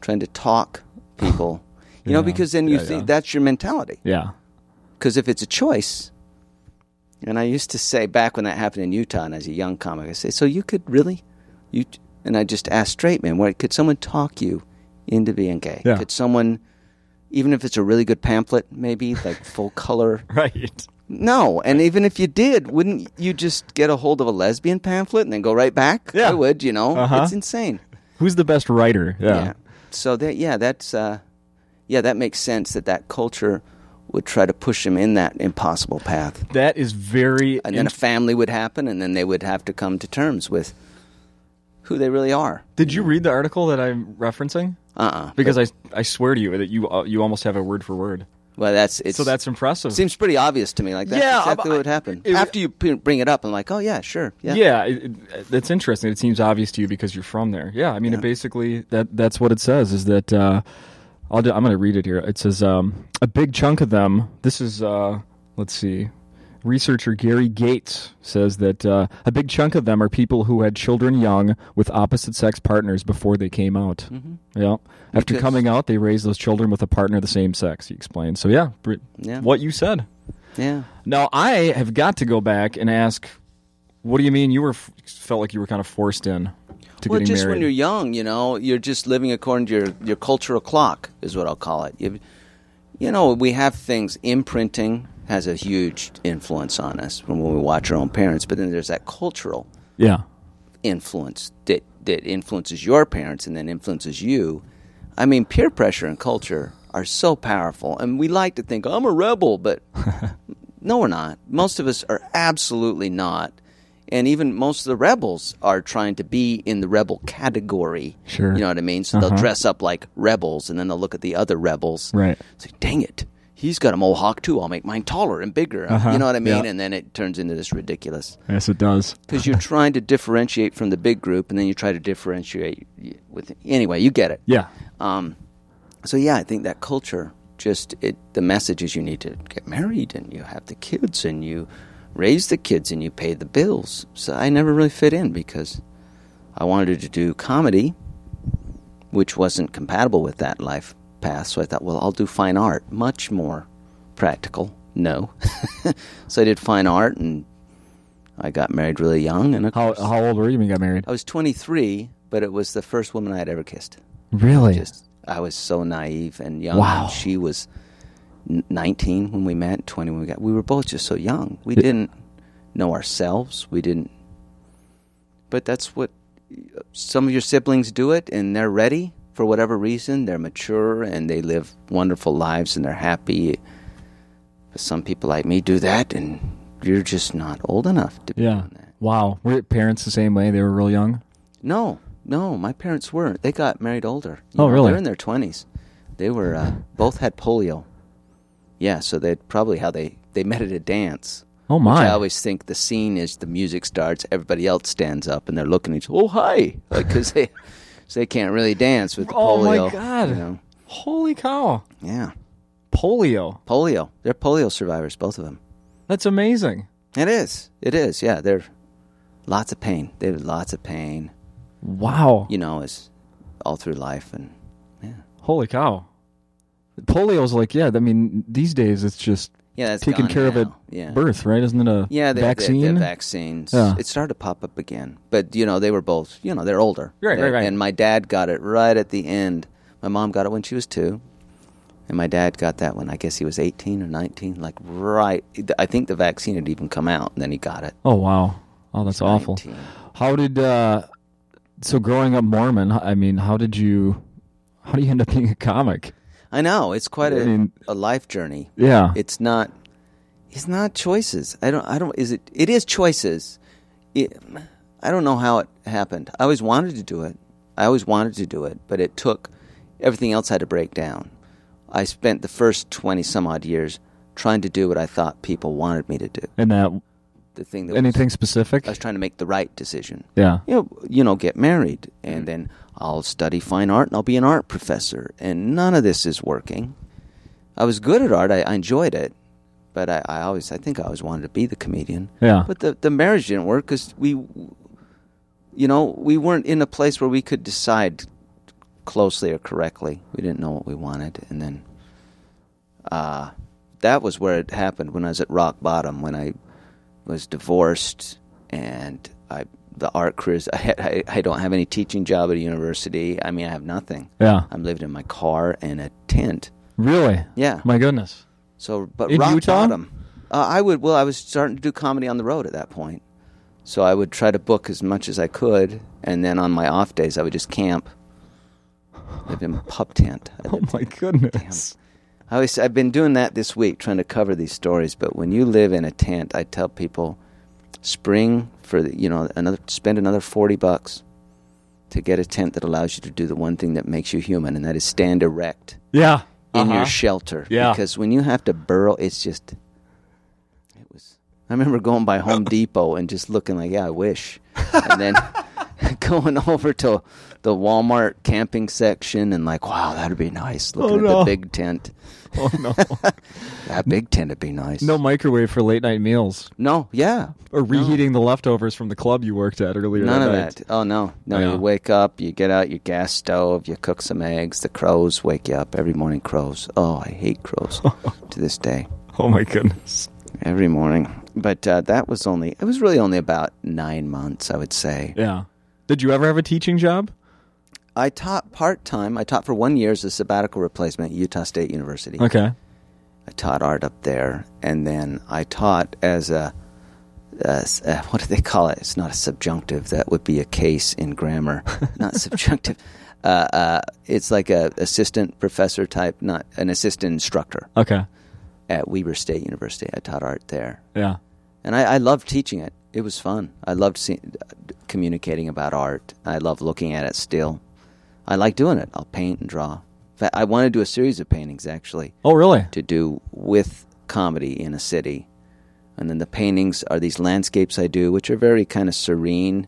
S2: trying to talk people, you know, because then you
S1: Yeah,
S2: think
S1: yeah.
S2: that's your mentality.
S1: Yeah.
S2: Because if it's a choice, and I used to say back when that happened in Utah, and as a young comic, I say, so you could really, you, and I just asked straight men, where could someone talk you into being gay?
S1: Yeah.
S2: Could someone, even if it's a really good pamphlet, maybe like full color
S1: Right.
S2: No, and even if you did, wouldn't you just get a hold of a lesbian pamphlet and then go right back?
S1: Yeah.
S2: I would. You know,
S1: Uh-huh.
S2: it's insane.
S1: Who's the best writer? Yeah.
S2: So that yeah, that's uh, yeah, that makes sense that that culture would try to push him in that impossible path,
S1: That is very.
S2: and then a family would happen, and then they would have to come to terms with who they really are.
S1: Did you read the article that I'm referencing?
S2: Uh. uh
S1: Because I, I swear to you that you uh, you almost have it word for word.
S2: Well, that's it's,
S1: So that's impressive.
S2: seems pretty obvious to me. Like that's
S1: Yeah,
S2: exactly
S1: but
S2: what
S1: I-
S2: would happen
S1: it-
S2: after you p- bring it up. I'm like, oh yeah, sure, yeah.
S1: yeah, it, it- that's interesting. It seems obvious to you because you're from there. Yeah, I mean, It basically that that's what it says is that uh, I'll do, I'm going to read it here. It says um, a big chunk of them. This is uh, let's see, Researcher Gary Gates says that uh, a big chunk of them are people who had children young with opposite sex partners before they came out. Yeah. After
S2: Mm-hmm. Because-
S1: coming out, they raised those children with a partner of the same sex, he explained. So, yeah, br-
S2: Yeah.
S1: what you said.
S2: Yeah.
S1: Now, I have got to go back and ask, what do you mean you were f- felt like you were kind of forced in to
S2: well,
S1: getting
S2: just
S1: married?
S2: when you're young, you know, you're just living according to your, your cultural clock, is what I'll call it. You, you know, we have things, imprinting has a huge influence on us from when we watch our own parents, but then there's that cultural
S1: yeah.
S2: influence that, that influences your parents and then influences you. I mean, peer pressure and culture are so powerful, and we like to think, I'm a rebel, but no, we're not. Most of us are absolutely not. And even most of the rebels are trying to be in the rebel category.
S1: Sure. Uh-huh.
S2: You know what I mean? So they'll dress up like rebels and then they'll look at the other rebels.
S1: Right.
S2: It's like, dang it. He's got a mohawk too. I'll make mine taller and bigger. You know what I mean?
S1: Uh-huh. Yeah.
S2: And then it turns into this ridiculous
S1: Yes, it does.
S2: because you're trying to differentiate from the big group, and then you try to differentiate y- with anyway. You get it.
S1: Yeah.
S2: Um, so yeah, I think that culture just it, the message is you need to get married, and you have the kids, and you raise the kids, and you pay the bills. So I never really fit in because I wanted to do comedy, which wasn't compatible with that life path. So I thought, well, I'll do fine art, much more practical. No, so I did fine art and. I got married really young, and of
S1: How,
S2: course-
S1: how old were you when you got married?
S2: I was 23, but it was the first woman I had ever kissed.
S1: Really?
S2: Just I was so naive and young.
S1: Wow.
S2: And she was n- 19 when we met, 20 when we got. We were both just so young. We didn't know ourselves. We didn't. But that's what some of your siblings do it, and they're ready for whatever reason. They're mature and they live wonderful lives and they're happy. But some people like me do that, and you're just not old enough to be
S1: yeah.
S2: doing that.
S1: Wow. Were your parents the same way? They were real young?
S2: No, no, my parents weren't. They got married older.
S1: Oh, really?
S2: They're in their twenties. They were uh, both had polio. Yeah, so they probably how they they met at a dance.
S1: Oh,
S2: Which
S1: my.
S2: I always think the scene is the music starts, everybody else stands up, and they're looking at each. Oh hi, because they 'cause they can't really dance with the
S1: Oh, my
S2: polio.
S1: God.
S2: you know?
S1: Holy cow.
S2: Yeah,
S1: Polio.
S2: polio. They're polio survivors, both of them.
S1: That's amazing.
S2: It is. It is. Yeah, they're lots of pain. They have lots of pain.
S1: Wow.
S2: You know, is all through life and.
S1: Holy cow. Polio's like, yeah, I mean, these days it's just
S2: Yeah, that's
S1: taking
S2: gone
S1: care of
S2: now.
S1: at
S2: Yeah,
S1: birth, right? Isn't it a
S2: yeah, they,
S1: vaccine?
S2: They, they vaccines.
S1: Yeah.
S2: It started to pop up again, but you know they were both. You know they're older.
S1: Right,
S2: They're-
S1: right, right.
S2: And my dad got it right at the end. My mom got it when she was two, and my dad got that when I guess he was eighteen or nineteen. Like right, I think the vaccine had even come out, and then he got it.
S1: oh, wow. Oh, that's awful.
S2: 19.
S1: How did, uh, so growing up Mormon, h- I mean, how did you, how do you end up being a comic?
S2: I know it's quite a
S1: I mean-
S2: a life journey.
S1: Yeah.
S2: it's not it's not choices i don't i don't is it it is choices it, i don't know how it happened i always wanted to do it i always wanted to do it but it took everything else had to break down i spent the first 20 some odd years trying to do what i thought people wanted me to do
S1: and that,
S2: the thing that was,
S1: anything specific?
S2: i was trying to make the right decision
S1: Yeah.
S2: you know, you know, get married, and then I'll study fine art and I'll be an art professor. And none of this is working. I was good at art; I, I enjoyed it, but I, I always, I think, I always wanted to be the comedian.
S1: Yeah.
S2: But the the marriage didn't work because we, you know, we weren't in a place where we could decide closely or correctly. We didn't know what we wanted, and then, uh, that was where it happened when I was at rock bottom when I was divorced and I the art careers I, had, I I don't have any teaching job at a university. I mean, I have nothing.
S1: Yeah.
S2: I'm living in my car and a tent.
S1: Really?
S2: Yeah.
S1: My goodness.
S2: So, but
S1: In
S2: rock
S1: Utah?
S2: bottom. Uh, I would. Well, I was starting to do comedy on the road at that point, so I would try to book as much as I could, and then on my off days, I would just camp. Lived in a pup tent. I
S1: Oh
S2: lived
S1: my goodness.
S2: I always, I've been doing that this week, trying to cover these stories. But when you live in a tent, I tell people, spring for the, you know another spend another forty bucks to get a tent that allows you to do the one thing that makes you human, and that is stand erect
S1: Yeah.
S2: in
S1: Uh-huh.
S2: your shelter.
S1: Yeah.
S2: Because when you have to burrow, it's just. It was. I remember going by Home Depot and just looking like, yeah, I wish, and then going over to the Walmart camping section and like, wow, that'd be nice. Looking
S1: Oh,
S2: at
S1: no.
S2: the big tent.
S1: Oh no,
S2: That big tent would be nice.
S1: no microwave for late night meals
S2: No, yeah.
S1: or reheating the leftovers from the club you worked at earlier.
S2: None
S1: that
S2: of
S1: night.
S2: that. Oh no. No,
S1: Yeah.
S2: you wake up, you get out your gas stove, you cook some eggs, the crows wake you up every morning crows. Oh, I hate crows to this day.
S1: Oh my goodness.
S2: Every morning. But uh, that was only it was really only about 9 months, I would say.
S1: Yeah. Did you ever have a teaching job?
S2: I taught part-time. I taught for 1 year as a sabbatical replacement at Utah State University.
S1: Okay.
S2: I taught art up there, and then I taught as a, as a what do they call it? It's not a subjunctive. That would be a case in grammar, not subjunctive. Uh, uh, it's like a assistant professor type, not an assistant instructor
S1: Okay.
S2: at Weber State University. I taught art there,
S1: Yeah.
S2: and I, I loved teaching it. It was fun. I loved see, communicating about art. I love looking at it still. I like doing it. I'll paint and draw. In fact, I want to do a series of paintings actually
S1: Oh really?
S2: to do with comedy in a city. And then the paintings are these landscapes I do, which are very kind of serene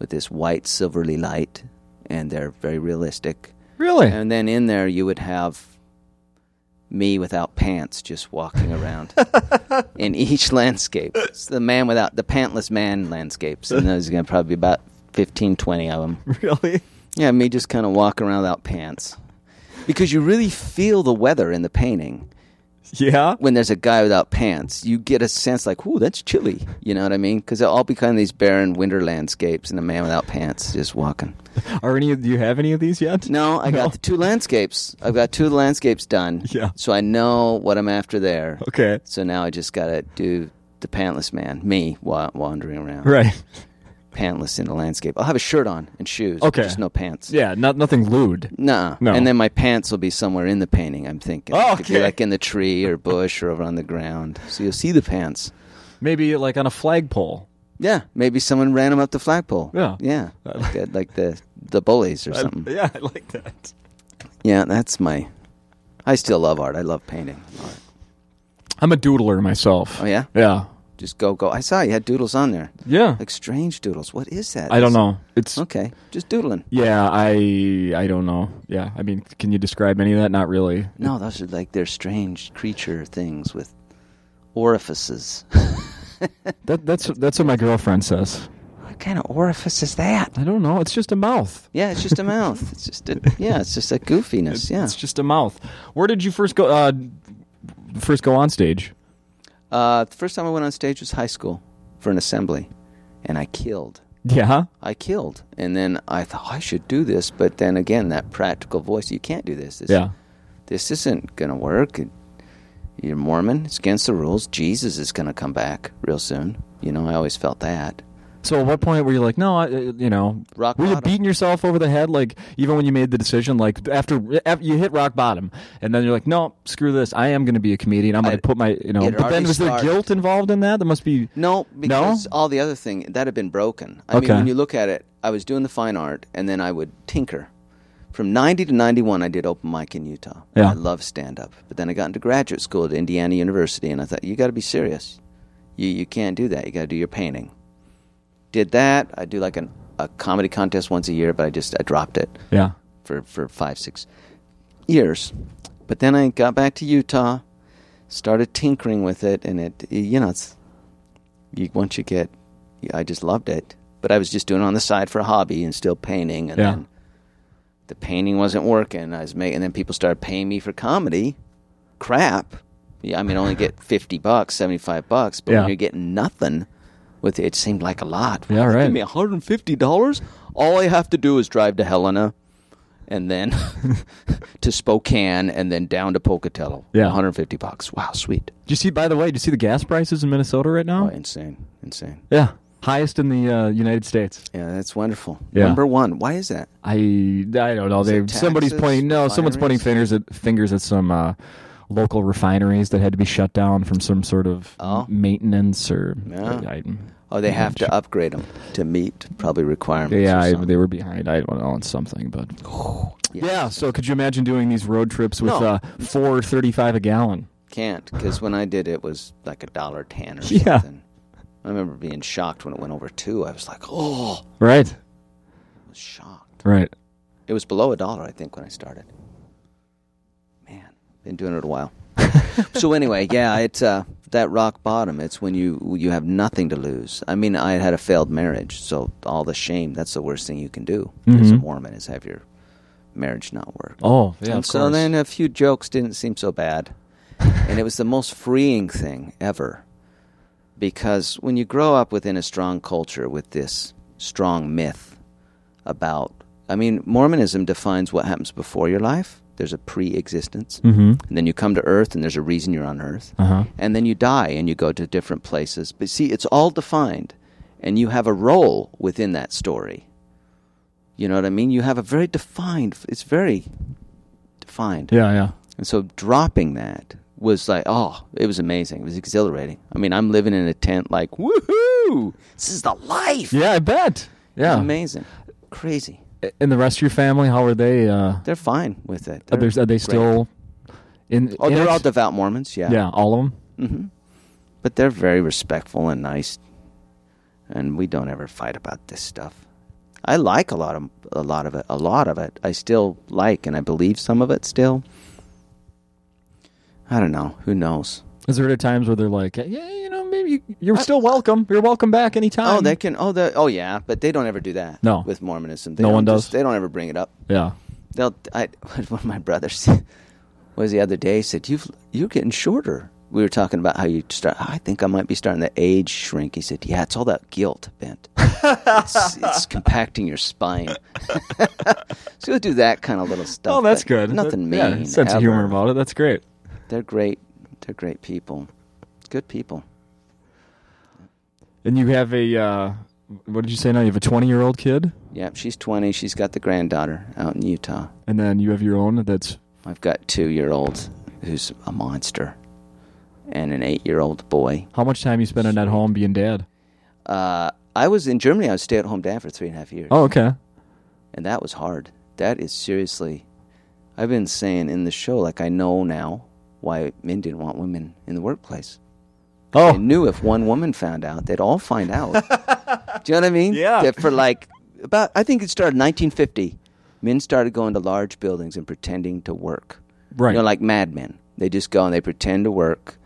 S2: with this white, silverly light, and they're very realistic.
S1: Really?
S2: And then in there, you would have me without pants just walking around in each landscape. It's the man without the pantless man landscapes. And there's going to probably be about 15, 20 of them.
S1: really?
S2: Yeah, me just kind of walking around without pants. Because you really feel the weather in the painting
S1: Yeah.
S2: when there's a guy without pants, you get a sense like, "Ooh, that's chilly." You know what I mean? Because they'll all be kind of these barren winter landscapes, and a man without pants just walking.
S1: Are any? of- Do you have any of these yet?
S2: No, I got the two landscapes. I've got two landscapes done.
S1: Yeah.
S2: So I know what I'm after there.
S1: Okay.
S2: So now I just gotta do the pantless man, me wa- wandering around,
S1: Right.
S2: pantless in the landscape. I'll have a shirt on and shoes.
S1: Okay.
S2: Just no pants.
S1: Yeah. Not nothing lewd.
S2: Nuh-uh.
S1: No.
S2: And then my pants will be somewhere in the painting. I'm thinking.
S1: Oh,
S2: Could be
S1: okay.
S2: like in the tree or bush or over on the ground. So you'll see the pants.
S1: Maybe like on a flagpole.
S2: Yeah, maybe someone ran him up the flagpole.
S1: Yeah.
S2: yeah, like, uh, like the the bullies or
S1: I-
S2: something.
S1: yeah, I like that.
S2: Yeah, that's my. I still love art. I love painting. Art.
S1: I'm a doodler myself.
S2: Oh yeah,
S1: Yeah.
S2: just go go. I saw you had doodles on there,
S1: Yeah.
S2: like strange doodles. What is that?
S1: I don't know. It's
S2: Okay, just doodling.
S1: yeah. I I don't know. Yeah. I mean, can you describe any of that? Not really.
S2: No, those are like they're strange creature things with orifices.
S1: That that's that's what my girlfriend says.
S2: what kind of orifice is that?
S1: I don't know. It's just a mouth.
S2: Yeah, it's just a mouth. It's just a yeah. It's just a goofiness. Yeah.
S1: It's just a mouth. Where did you first go? Uh, first go on stage.
S2: Uh, the first time I went on stage was high school for an assembly, and I killed.
S1: Yeah.
S2: I killed. And then I thought "Oh, I should do this, but then again, that practical voice, you can't do this. This,
S1: Yeah.
S2: this isn't going to work. You're Mormon. It's against the rules. Jesus is going to come back real soon. You know, I always felt that.
S1: So at what point were you like, no, I, uh, you know,
S2: Rock
S1: were you
S2: bottom.
S1: beating yourself over the head, like even when you made the decision, like after, after you hit rock bottom, and then you're like, no, screw this, I am going to be a comedian. I'm going to
S2: I'd-
S1: put my, you know.
S2: it
S1: But
S2: had
S1: then
S2: already
S1: was there
S2: started.
S1: guilt involved in that? There must be.
S2: No, because
S1: No?
S2: all the other thing that had been broken. I
S1: Okay.
S2: mean, when you look at it, I was doing the fine art, and then I would tinker. From ninety to ninety one, I did open mic in Utah.
S1: Yeah.
S2: I love stand up, but then I got into graduate school at Indiana University, and I thought you got to be serious. You you can't do that. You got to do your painting. Did that? I do like an, a comedy contest once a year, but I just I dropped it
S1: Yeah.
S2: for, for five, six years. But then I got back to Utah, started tinkering with it, and it, you know, it's, you, once you get, I just loved it. But I was just doing it on the side for a hobby and still painting. And
S1: Yeah.
S2: then the painting wasn't working. I was making, and then people started paying me for comedy. Crap. Yeah, I mean, I only get 50 bucks, 75 bucks, but
S1: Yeah.
S2: when you're getting nothing with it, it seemed like a lot.
S1: Yeah, right.
S2: Give me $150? All I have to do is drive to Helena and then to Spokane and then down to Pocatello.
S1: Yeah.
S2: 150 bucks. Wow, sweet.
S1: Do you see? By the way, do you see the gas prices in Minnesota right now?
S2: Oh, insane. Insane.
S1: Yeah, highest in the uh, United States.
S2: Yeah, that's wonderful.
S1: Yeah.
S2: Number one. Why is that?
S1: I I don't know. They
S2: it
S1: somebody's
S2: taxes,
S1: pointing no, someone's pointing
S2: refineries?
S1: fingers at fingers at some uh, local refineries that had to be shut down from some sort of
S2: Oh.
S1: maintenance or
S2: Yeah.
S1: I-
S2: Oh, they have to upgrade them to meet probably requirements.
S1: yeah,
S2: or
S1: I,
S2: something.
S1: they were behind. I don't know on something, but
S2: Yeah.
S1: yeah. So could you imagine doing these road trips with
S2: No.
S1: uh, four thirty-five a gallon?
S2: can't because when I did it was like a dollar ten or
S1: Yeah.
S2: something. I remember being shocked when it went over two. I was like, oh,
S1: Right,
S2: I was shocked.
S1: right.
S2: It was below a dollar, I think, when I started. Man, been doing it a while. so anyway, yeah, it's uh, that rock bottom. It's when you you have nothing to lose. I mean, I had a failed marriage, so all the shame. That's the worst thing you can do as a
S1: Mhm.
S2: Mormon is have your marriage not work.
S1: Oh, yeah.
S2: and
S1: of
S2: so
S1: course.
S2: then a few jokes didn't seem so bad, and it was the most freeing thing ever, because when you grow up within a strong culture with this strong myth about, I mean, Mormonism defines what happens before your life. There's a pre-existence.
S1: Mm-hmm.
S2: And then you come to Earth, and there's a reason you're on Earth.
S1: Uh huh.
S2: And then you die, and you go to different places. But see, it's all defined, and you have a role within that story. You know what I mean? You have a very defined. It's very defined.
S1: Yeah, yeah.
S2: And so dropping that was like, oh, it was amazing. It was exhilarating. I mean, I'm living in a tent, like, woohoo! This is the life.
S1: Yeah, I bet. Yeah.
S2: amazing, crazy.
S1: And the rest of your family, how are they? Uh,
S2: They're fine with it.
S1: are, they are they
S2: great.
S1: still in?
S2: Oh,
S1: in
S2: they're
S1: it?
S2: all devout Mormons. Yeah.
S1: Yeah, all of them.
S2: hmm But they're very respectful and nice, and we don't ever fight about this stuff. I like a lot of a lot of it. A lot of it. I still like, and I believe some of it still. I don't know. Who knows?
S1: Is there any times where they're like, yeah, you know, maybe you, you're still welcome. You're welcome back anytime.
S2: oh, they can. Oh, the. Oh, yeah. But they don't ever do that.
S1: Um, No.
S2: with Mormonism, they
S1: No
S2: don't
S1: one does.
S2: just- they don't ever bring it up.
S1: Yeah.
S2: They'll. I. One of my brothers was the other day. He said, "You've you're getting shorter." We were talking about how you start. I think I might be starting to age shrink. He said, "Yeah, it's all that guilt, Bent. it's, it's compacting your spine." so you'll do that kind of little stuff.
S1: Oh, that's
S2: but
S1: good.
S2: Nothing
S1: That- yeah,
S2: mean.
S1: sense of humor
S2: ever.
S1: about it. That's great.
S2: They're great. They're great people. Good people.
S1: And you have a uh, what did you say now? You have a 20 year old kid,
S2: Yeah, she's twenty. She's got the granddaughter out in Utah.
S1: and then you have your own. That's
S2: I've got two year old who's a monster and an eight year old boy.
S1: how much time you spending at home being dad?
S2: Uh, I was in Germany, I was stay at home dad for three and a half years.
S1: Oh, okay.
S2: And that was hard. That is seriously, I've been saying in the show, like, I know now why men didn't want women in the workplace. They
S1: Oh,
S2: knew if one woman found out, they'd all find out. Do you know what I mean?
S1: Yeah.
S2: That for like about, I think it started 1950. Men started going to large buildings and pretending to work.
S1: right.
S2: You know, like madmen. They just go and they pretend to work.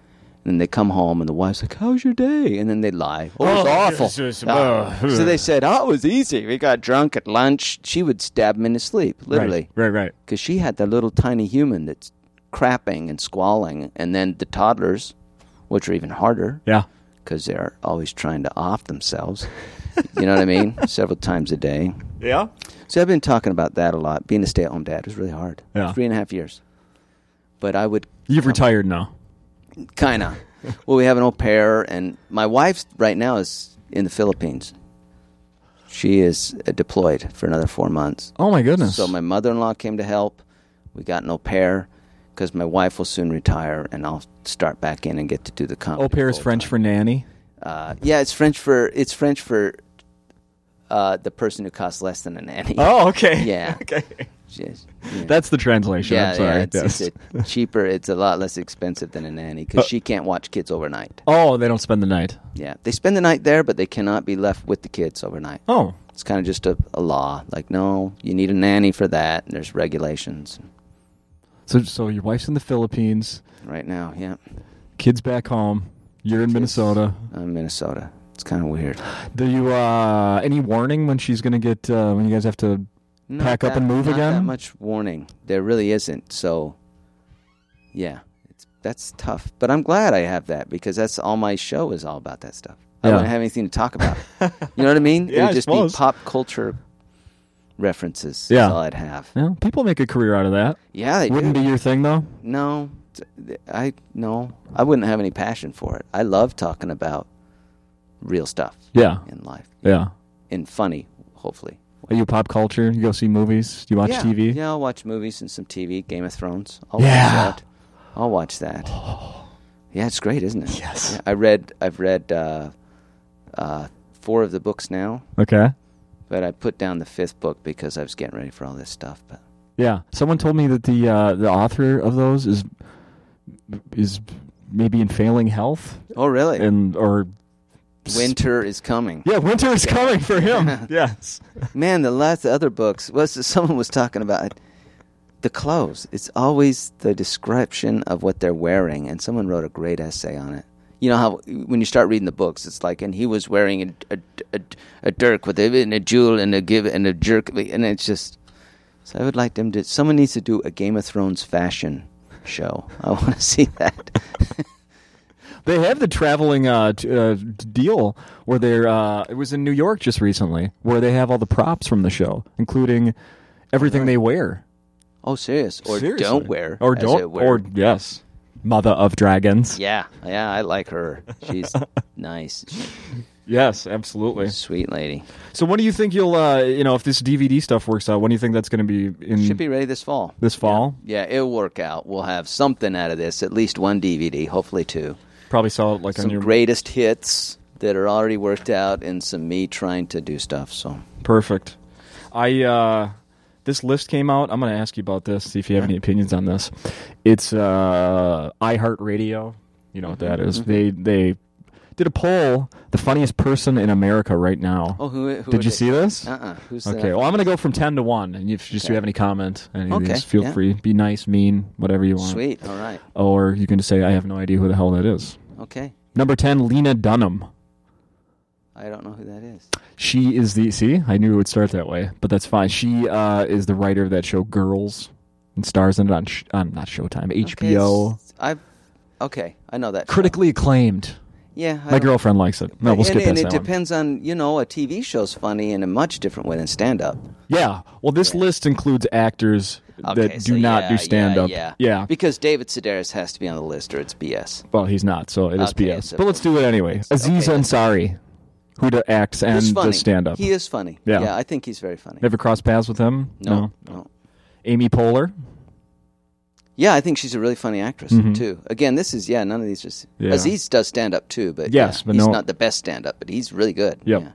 S2: And then they come home and the wife's like, How's your day? And then they lie. Oh, it was
S1: Oh,
S2: awful.
S1: it's just-
S2: Oh.
S1: ugh.
S2: so they said, Oh, it was easy. We got drunk at lunch. She would stab him in his sleep, literally.
S1: Right, right. right.
S2: Because she had that little tiny human that's crapping and squalling. And then the toddlers, which are even harder
S1: Yeah.
S2: because they're always trying to off themselves. you know what I mean? Several times a day.
S1: Yeah.
S2: So I've been talking about that a lot. Being a stay at home dad was really hard.
S1: Yeah.
S2: Three and a half years. But I would
S1: You've retired now.
S2: Kind of. well, we have an au pair, and my wife right now is in the Philippines. She is uh, deployed for another four months.
S1: Oh my goodness.
S2: So my mother in law came to help. We got an au pair because my wife will soon retire, and I'll start back in and get to do the comedy.
S1: Au pair is
S2: full
S1: French
S2: time.
S1: for nanny.
S2: Uh, yeah, it's French for it's French for uh, the person who costs less than a nanny.
S1: Oh, okay.
S2: Yeah.
S1: okay.
S2: Yes, yeah.
S1: That's the translation.
S2: yeah,
S1: I'm sorry.
S2: yeah, it's,
S1: Yes. Uh,
S2: it's a cheaper. It's a lot less expensive than a nanny because she can't watch kids overnight.
S1: oh, they don't spend the night.
S2: Yeah, they spend the night there, but they cannot be left with the kids overnight.
S1: Oh,
S2: It's kind of just a, a law. Like, no, you need a nanny for that. And there's regulations
S1: so so your wife's in the Philippines,
S2: right now. Yeah,
S1: kids back home. You're in Minnesota.
S2: i Minnesota. It's kind of weird.
S1: Do you uh any warning when she's gonna get uh, when you guys have to?
S2: Not
S1: Pack up
S2: that-
S1: and move
S2: not
S1: again?
S2: That much warning. There really isn't. So, yeah, it's that's tough. But I'm glad I have that because that's all my show is all about that stuff. I
S1: Yeah.
S2: don't have anything to talk about. you know what I mean?
S1: Yeah,
S2: it
S1: I
S2: would just
S1: suppose.
S2: be pop culture references.
S1: Yeah.
S2: That's all I'd have.
S1: No, people make a career out of that.
S2: Yeah, they do.
S1: Wouldn't be your thing though.
S2: No, t- th- I no, I wouldn't have any passion for it. I love talking about real stuff
S1: Yeah,
S2: in life,
S1: yeah.
S2: in funny, hopefully.
S1: Are you pop culture? You go see movies? You watch
S2: yeah.
S1: TV?
S2: Yeah, I'll watch movies and some TV. Game of Thrones. I'll
S1: Yeah.
S2: watch that. I'll watch that. Yeah, it's great, isn't it?
S1: Yes.
S2: Yeah, I read. I've read uh, uh, four of the books now,
S1: Okay.
S2: but I put down the fifth book because I was getting ready for all this stuff. But
S1: Yeah. Someone told me that the uh, the author of those is is maybe in failing health
S2: oh, really?
S1: and or
S2: Winter is coming.
S1: Yeah, winter is coming for him. yes.
S2: Man, the last other books was someone was talking about the clothes. It's always the description of what they're wearing, and someone wrote a great essay on it. You know how when you start reading the books, it's like, and he was wearing a a, a, a dirk with a, and a jewel and a give and a jerk, and it's just. So I would like them to. Someone needs to do a Game of Thrones fashion show. I want to see that.
S1: They have the traveling uh, t- uh, d- deal where they're. Uh, it was in New York just recently where they have all the props from the show, including everything they wear.
S2: oh, serious or
S1: Seriously.
S2: don't wear
S1: or
S2: as
S1: don't
S2: it were.
S1: or yes, mother of dragons.
S2: yeah, yeah. I like her. She's nice,
S1: Yes, absolutely.
S2: sweet lady.
S1: So when do you think you'll? Uh, you know, if this DVD stuff works out, when do you think that's going to be in
S2: Should be ready this fall.
S1: this fall?
S2: Yeah, it'll work out. We'll have something out of this. At least one DVD, hopefully two.
S1: Probably saw it like on
S2: Some
S1: your
S2: greatest hits that are already worked out, and some me trying to do stuff. So
S1: Perfect. I uh, this list came out. I'm going to ask you about this. See if you have any opinions on this. It's uh, iHeartRadio. You know what that is.
S2: Mm-hmm.
S1: They they did a poll. The funniest person in America right now.
S2: Oh, who- who
S1: did
S2: are
S1: you
S2: they?
S1: see this?
S2: uh, uh who's
S1: Okay. Well, I'm going to go from ten to one. And if just you have any comment, any of
S2: Okay,
S1: these, feel
S2: yeah.
S1: free. Be nice, mean, whatever you want.
S2: Sweet. All right.
S1: Or you can just say I have no idea who the hell that is.
S2: Okay.
S1: Number ten, Lena Dunham.
S2: I don't know who that is.
S1: She is the see. I knew it would start that way, but that's fine. She uh, is the writer of that show Girls and stars in it on sh- on not Showtime, HBO.
S2: I. Okay, I know that. show.
S1: Critically acclaimed.
S2: Yeah. I
S1: My
S2: don't-
S1: girlfriend likes it. No, we'll
S2: and,
S1: skip
S2: and
S1: past
S2: it
S1: that one.
S2: depends on you know a TV show's funny in a much different way than stand up.
S1: Yeah. Well, this list includes actors
S2: Okay,
S1: that
S2: so
S1: do not
S2: yeah,
S1: do stand up.
S2: Yeah, yeah.
S1: yeah.
S2: Because David Sedaris has to be on the list, or it's BS.
S1: Well, he's not, so it is
S2: Okay,
S1: BS.
S2: so-
S1: but let's do it anyway. Aziz
S2: okay, that's-
S1: Ansari, who da- acts and
S2: He's funny.
S1: does stand up.
S2: He is funny.
S1: Yeah.
S2: yeah, I think he's very funny.
S1: Never crossed paths with him.
S2: No, no.
S1: Amy Poehler.
S2: Yeah, I think she's a really funny actress too. Again, this is yeah, none of these just
S1: Mm-hmm. Yeah.
S2: Aziz does stand up too, but
S1: Yes,
S2: yeah,
S1: but
S2: he's
S1: no-
S2: not the best stand up, but he's really good.
S1: Yep.
S2: Yeah.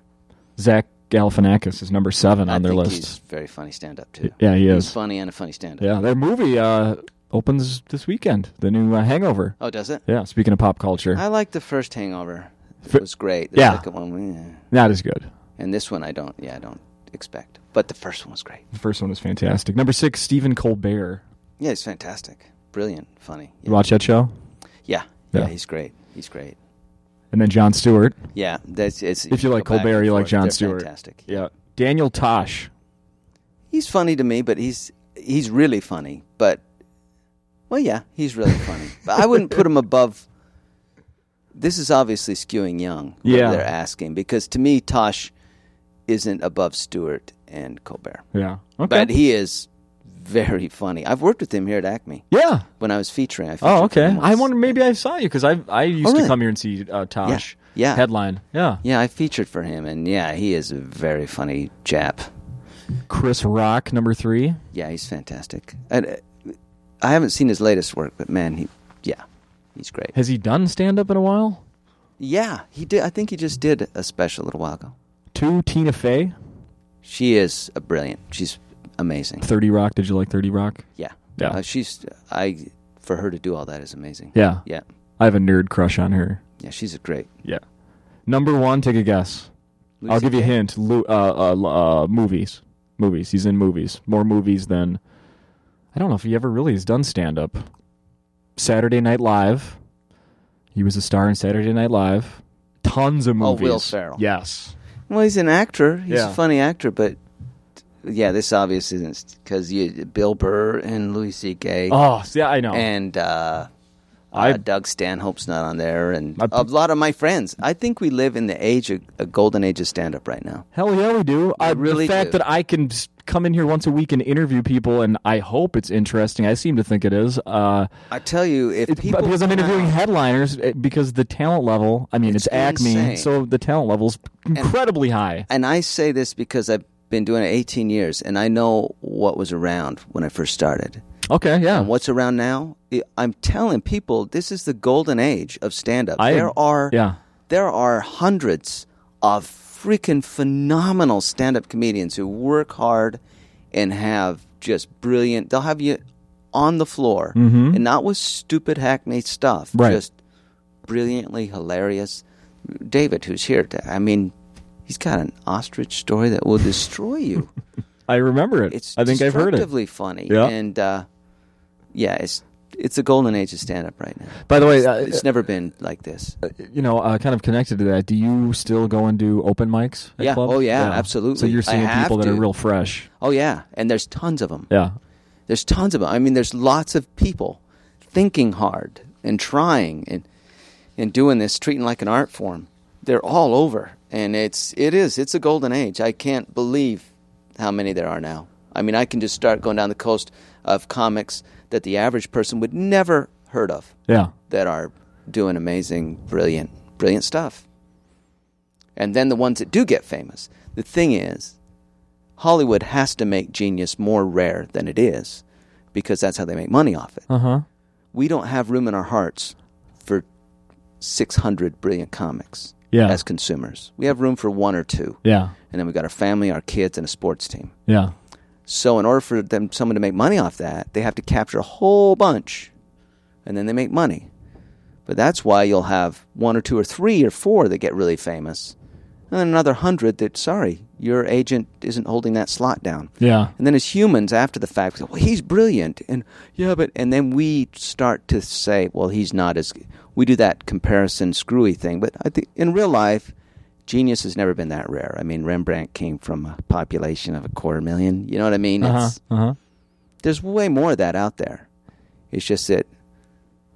S1: Zach Galifianakis is number seven
S2: I
S1: on their
S2: think
S1: list.
S2: he's very funny stand up too.
S1: Yeah, he is.
S2: He's funny and a funny stand up.
S1: Yeah, their movie uh, opens this weekend. The new uh, Hangover.
S2: Oh, does it?
S1: Yeah, speaking of pop culture,
S2: I like the first hangover. It
S1: Fi-
S2: was great. The
S1: Yeah.
S2: second one eh.
S1: that is good.
S2: and this one I don't yeah, I don't expect. But the first one was great.
S1: The first one was fantastic. Number six, Stephen Colbert.
S2: Yeah, he's fantastic. Brilliant, funny.
S1: You
S2: Yeah.
S1: watch that show?
S2: Yeah.
S1: Yeah.
S2: Yeah, he's great. He's great.
S1: And then John Stewart.
S2: Yeah, that's it's
S1: If you like
S2: go back
S1: Colbert,
S2: and
S1: you like
S2: forth.
S1: Jon
S2: They're
S1: Stewart.
S2: Fantastic.
S1: Yeah. Daniel Tosh.
S2: He's funny to me, but he's he's really funny. But well, yeah, he's really funny. but I wouldn't put him above. This is obviously skewing young. what
S1: Yeah.
S2: they're asking because to me, Tosh isn't above Stewart and Colbert,
S1: Yeah. Okay.
S2: but he is very funny. I've worked with him here at Acme
S1: yeah.
S2: when I was featuring. I featured
S1: Oh, okay.
S2: him
S1: I
S2: once.
S1: wonder maybe I saw you because I I used to
S2: really?
S1: come here and see uh, Tosh.
S2: Yeah.
S1: Headline. Yeah.
S2: Yeah, I featured for him, and yeah, he is a very funny chap.
S1: Chris Rock, number three.
S2: Yeah, he's fantastic. I, I haven't seen his latest work, but man, he, yeah, he's great.
S1: Has he done stand up in a while?
S2: Yeah, he did. I think he just did a special a little while ago.
S1: Two, Tina Fey.
S2: She is a brilliant. She's amazing.
S1: 30 Rock. Did you like 30 Rock?
S2: Yeah,
S1: Yeah.
S2: Uh, she's I for her to do all that is amazing.
S1: Yeah.
S2: yeah,
S1: I have a nerd crush on her.
S2: yeah. She's a great.
S1: Yeah. Number one, take a guess. I'll
S2: Lucy
S1: give you a
S2: Gay.
S1: hint. Lu- uh, uh, uh, movies, movies. He's in movies. More movies than I don't know if he ever really has done stand up. Saturday Night Live. He was a star in Saturday Night Live. Tons of
S2: Oh,
S1: movies.
S2: Will Ferrell.
S1: Yes.
S2: Well, he's an actor. He's
S1: Yeah.
S2: a funny actor, but yeah, this obviously isn't because you Bill Burr and Louis C.K.
S1: Oh, yeah, I know.
S2: and uh,
S1: I-
S2: uh, Doug Stanhope's not on there, and
S1: I-
S2: a lot of my friends. I think we live in the age of a golden age of stand up right now.
S1: Hell yeah, we do. I,
S2: really
S1: the fact
S2: do.
S1: that I can s- come in here once a week and interview people, and I hope it's interesting. I seem to think it is. Uh,
S2: I tell you, if
S1: It's
S2: people
S1: because I'm
S2: come
S1: interviewing
S2: out-
S1: headliners eh, because the talent level. I mean, it's,
S2: It's
S1: Acme,
S2: insane.
S1: so the talent level's incredibly high.
S2: and I say this because I've been doing it 18 years, and I know what was around when I first started.
S1: Okay, yeah,
S2: And what's around now? I- I'm telling people this is the golden age of stand up.
S1: I-
S2: There are
S1: yeah.
S2: there are hundreds of freaking phenomenal stand up comedians who work hard and have just brilliant. They'll have you on the floor and not with stupid hackneyed stuff.
S1: Mm-hmm. Right.
S2: Just brilliantly hilarious. David, who's here. To, I mean, he's got an ostrich story that will destroy you.
S1: I remember it.
S2: It's
S1: I think I've heard it.
S2: destructively funny.
S1: Yeah.
S2: And uh, yeah, it's it's a golden age of stand up right now.
S1: By the way,
S2: It's,
S1: uh,
S2: it's never been like this.
S1: you know, uh, kind of connected to that, do you still go and do open mics? At
S2: Yeah.
S1: clubs?
S2: Oh, yeah, absolutely.
S1: So you're
S2: I
S1: seeing
S2: have
S1: people that are
S2: to.
S1: real fresh.
S2: Oh yeah, and there's tons of them.
S1: Yeah.
S2: There's tons of them. I mean, there's lots of people thinking hard and trying and and doing this, treating it like an art form. They're all over, and it's it is it's a golden age. I can't believe how many there are now. I mean, I can just start going down the coast of comics that the average person would never heard of
S1: Yeah.
S2: that are doing amazing, brilliant, brilliant stuff. And then the ones that do get famous. The thing is, Hollywood has to make genius more rare than it is because that's how they make money off it.
S1: Uh huh.
S2: We don't have room in our hearts for 600 brilliant comics
S1: Yeah.
S2: as consumers. We have room for one or two.
S1: Yeah.
S2: And then we've got our family, our kids, and a sports team.
S1: Yeah.
S2: So in order for them someone to make money off that, they have to capture a whole bunch, and then they make money. But that's why you'll have one or two or three or four that get really famous, and then another hundred that sorry, your agent isn't holding that slot down.
S1: Yeah.
S2: And then as humans, after the fact, we say, well, he's brilliant, and yeah, but and then we start to say, well, he's not as. We do that comparison screwy thing, but I think in real life, genius has never been that rare. I mean, Rembrandt came from a population of a quarter million. You know what I mean?
S1: Uh huh.
S2: It's,
S1: Uh huh.
S2: there's way more of that out there. It's just that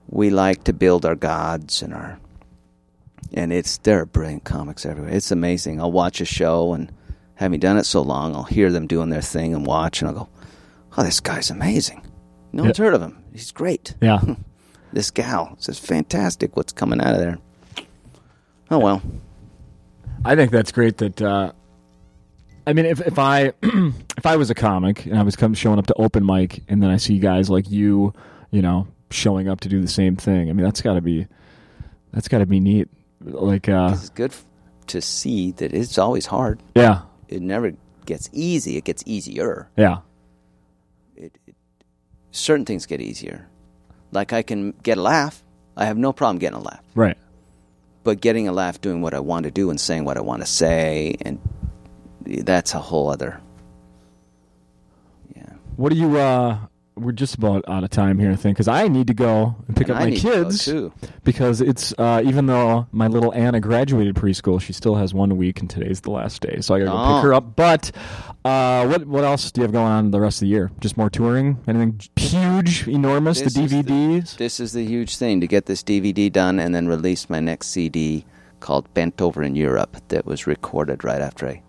S2: we like to build our gods and our and it's there are brilliant comics everywhere. It's amazing. I'll watch a show and having done it so long, I'll hear them doing their thing and watch and I'll go, Oh, this guy's amazing. No one's heard of him. He's great.
S1: Yeah.
S2: This gal. This is fantastic what's coming out of there. Oh well.
S1: I think that's great that uh, I mean if if I if I was a comic and I was come showing up to open mic and then I see guys like you, you know, showing up to do the same thing. I mean that's got to be that's got to be neat. Like uh
S2: It's good f- to see that it's always hard.
S1: yeah.
S2: It never gets easy. It gets easier.
S1: Yeah.
S2: it, it, certain things get easier. Like I can get a laugh. I have no problem getting a laugh.
S1: Right.
S2: But getting a laugh doing what I want to do and saying what I want to say and that's a whole other Yeah.
S1: What do you uh we're just about out of time here, I think, because I need to go and pick
S2: And
S1: up
S2: I
S1: my
S2: need to go,
S1: kids.
S2: too.
S1: Because it's uh, even though my little Anna graduated preschool, she still has one week, and today's the last day, so I gotta go
S2: Oh.
S1: pick her up. But uh, what what else do you have going on the rest of the year? Just more touring? Anything huge, enormous?
S2: This
S1: the
S2: is the-
S1: DVDs?
S2: This is the huge thing to get this DVD done and then release my next CD called Bent Over in Europe that was recorded right after I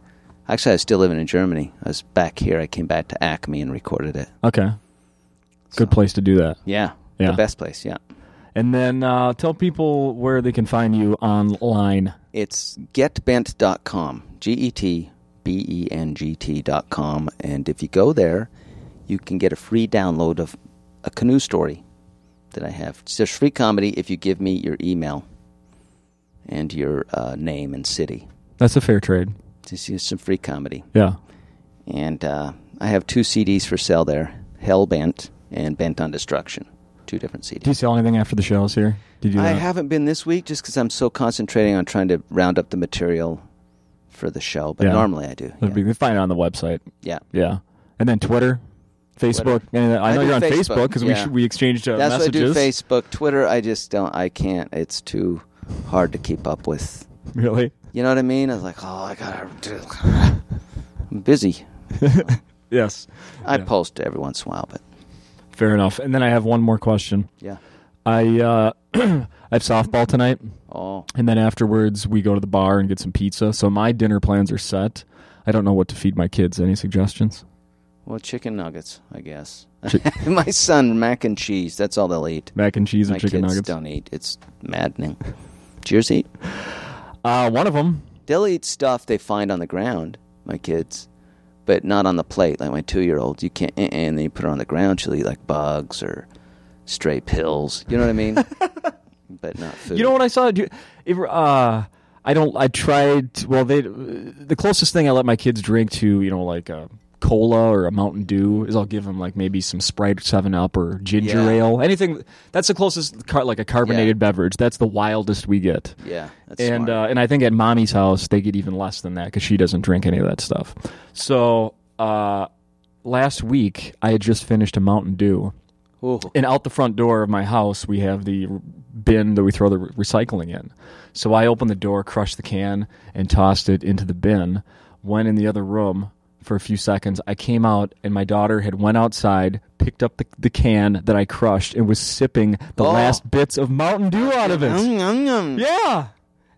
S2: Actually, I was still living in Germany. I was back here. I came back to Acme and recorded it.
S1: okay, good place to do that.
S2: Yeah.
S1: Yeah.
S2: The best place, yeah.
S1: And then uh, tell people where they can find you online.
S2: It's getbent.com, G E T B E N G T.com. And if you go there, you can get a free download of a canoe story that I have. It's just free comedy if you give me your email and your uh, name and city.
S1: That's a fair trade.
S2: This is some free comedy.
S1: Yeah.
S2: And uh, I have two CDs for sale there Hellbent and Bent on Destruction. Two different CDs.
S1: Do you sell anything after the shows here? Did you? do
S2: I
S1: that?
S2: haven't been this week just because I'm so concentrating on trying to round up the material for the show. But
S1: Yeah.
S2: normally I do.
S1: That'd be- you
S2: yeah.
S1: can find it on the website.
S2: Yeah.
S1: Yeah, and then Twitter, Facebook. And uh, I
S2: I
S1: know
S2: do
S1: you're on
S2: Facebook,
S1: Facebook because we
S2: yeah.
S1: sh- we exchanged uh,
S2: That's
S1: messages.
S2: what I do. Facebook, Twitter. I just don't. I can't. It's too hard to keep up with.
S1: Really?
S2: You know what I mean? I was like, oh, I gotta. Do. I'm busy.
S1: Yes.
S2: I
S1: Yeah.
S2: post every once in a while, but
S1: Fair enough. And then I have one more question.
S2: yeah.
S1: I uh, I have softball tonight,
S2: Oh,
S1: and then afterwards we go to the bar and get some pizza. So my dinner plans are set. I don't know what to feed my kids. Any suggestions?
S2: well, chicken nuggets, I guess. My son, mac and cheese. That's all they'll eat.
S1: Mac and cheese or
S2: My
S1: chicken
S2: kids
S1: nuggets?
S2: don't eat. It's maddening. Cheers, eat.
S1: Uh, one of them.
S2: They'll eat stuff they find on the ground, my kids, but not on the plate. Like my two year old, you can't, uh-uh, and then you put her on the ground, she'll eat like bugs or stray pills. You know what I mean? but not food.
S1: You know what I saw? Do you- If, uh, I don't. I tried. Well, they. The closest thing I let my kids drink to, you know, like a cola or a Mountain Dew is I'll give him like maybe some Sprite Seven Up or ginger
S2: Yeah.
S1: ale. Anything that's the closest car, like a carbonated beverage. That's the wildest we get.
S2: Yeah, that's
S1: and
S2: smart.
S1: uh, and I think at mommy's house they get even less than that because she doesn't drink any of that stuff. So uh, last week I had just finished a Mountain Dew,
S2: Ooh.
S1: and out the front door of my house we have the bin that we throw the recycling in. So I opened the door, crushed the can, and tossed it into the bin. Went in the other room for a few seconds. I came out, and my daughter had went outside, picked up the, the can that I crushed, and was sipping the
S2: Oh. Mm.
S1: last bits of Mountain Dew out of it. Yeah.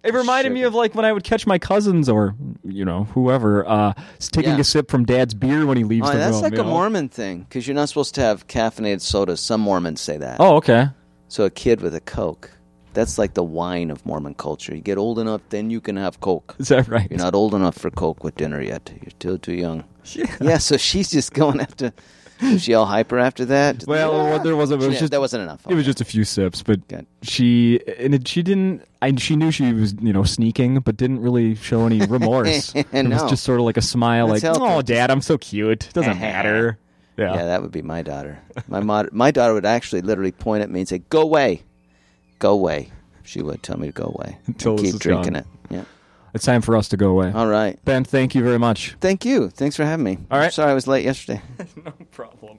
S1: It reminded me of like when I would catch my cousins or you know whoever uh, s- taking
S2: Yeah.
S1: a sip from Dad's beer when he leaves
S2: Oh,
S1: the
S2: that's
S1: room.
S2: like
S1: you
S2: a
S1: know?
S2: Mormon thing because you're not supposed to have caffeinated sodas. Some Mormons say that.
S1: Oh, okay.
S2: So a kid with a Coke, that's like the wine of Mormon culture. You get old enough, then you can have Coke.
S1: Is that right?
S2: You're not old enough for Coke with dinner yet. You're still too young. Yeah, so she's just going after. Was she all hyper after that?
S1: Well,
S2: Yeah.
S1: what there was- it was
S2: She didn't-
S1: just-
S2: that wasn't enough.
S1: It was just a few sips, but
S2: Good.
S1: she and it, she didn't. I she knew she was you know sneaking, but didn't really show any remorse. It was
S2: No.
S1: just sort of like a smile,
S2: That's
S1: like
S2: healthy.
S1: "Oh, Dad, I'm so cute. It doesn't matter." Yeah.
S2: Yeah, that would be my daughter. My mod- my daughter would actually literally point at me and say, "Go away, go away." She would tell me to go away. and
S1: Until this
S2: keep
S1: is
S2: drinking
S1: done.
S2: it. Yeah.
S1: it's time for us to go away.
S2: All right.
S1: ben, thank you very much.
S2: Thank you. Thanks for having me.
S1: All right.
S2: Sorry I was late yesterday.
S1: no problem.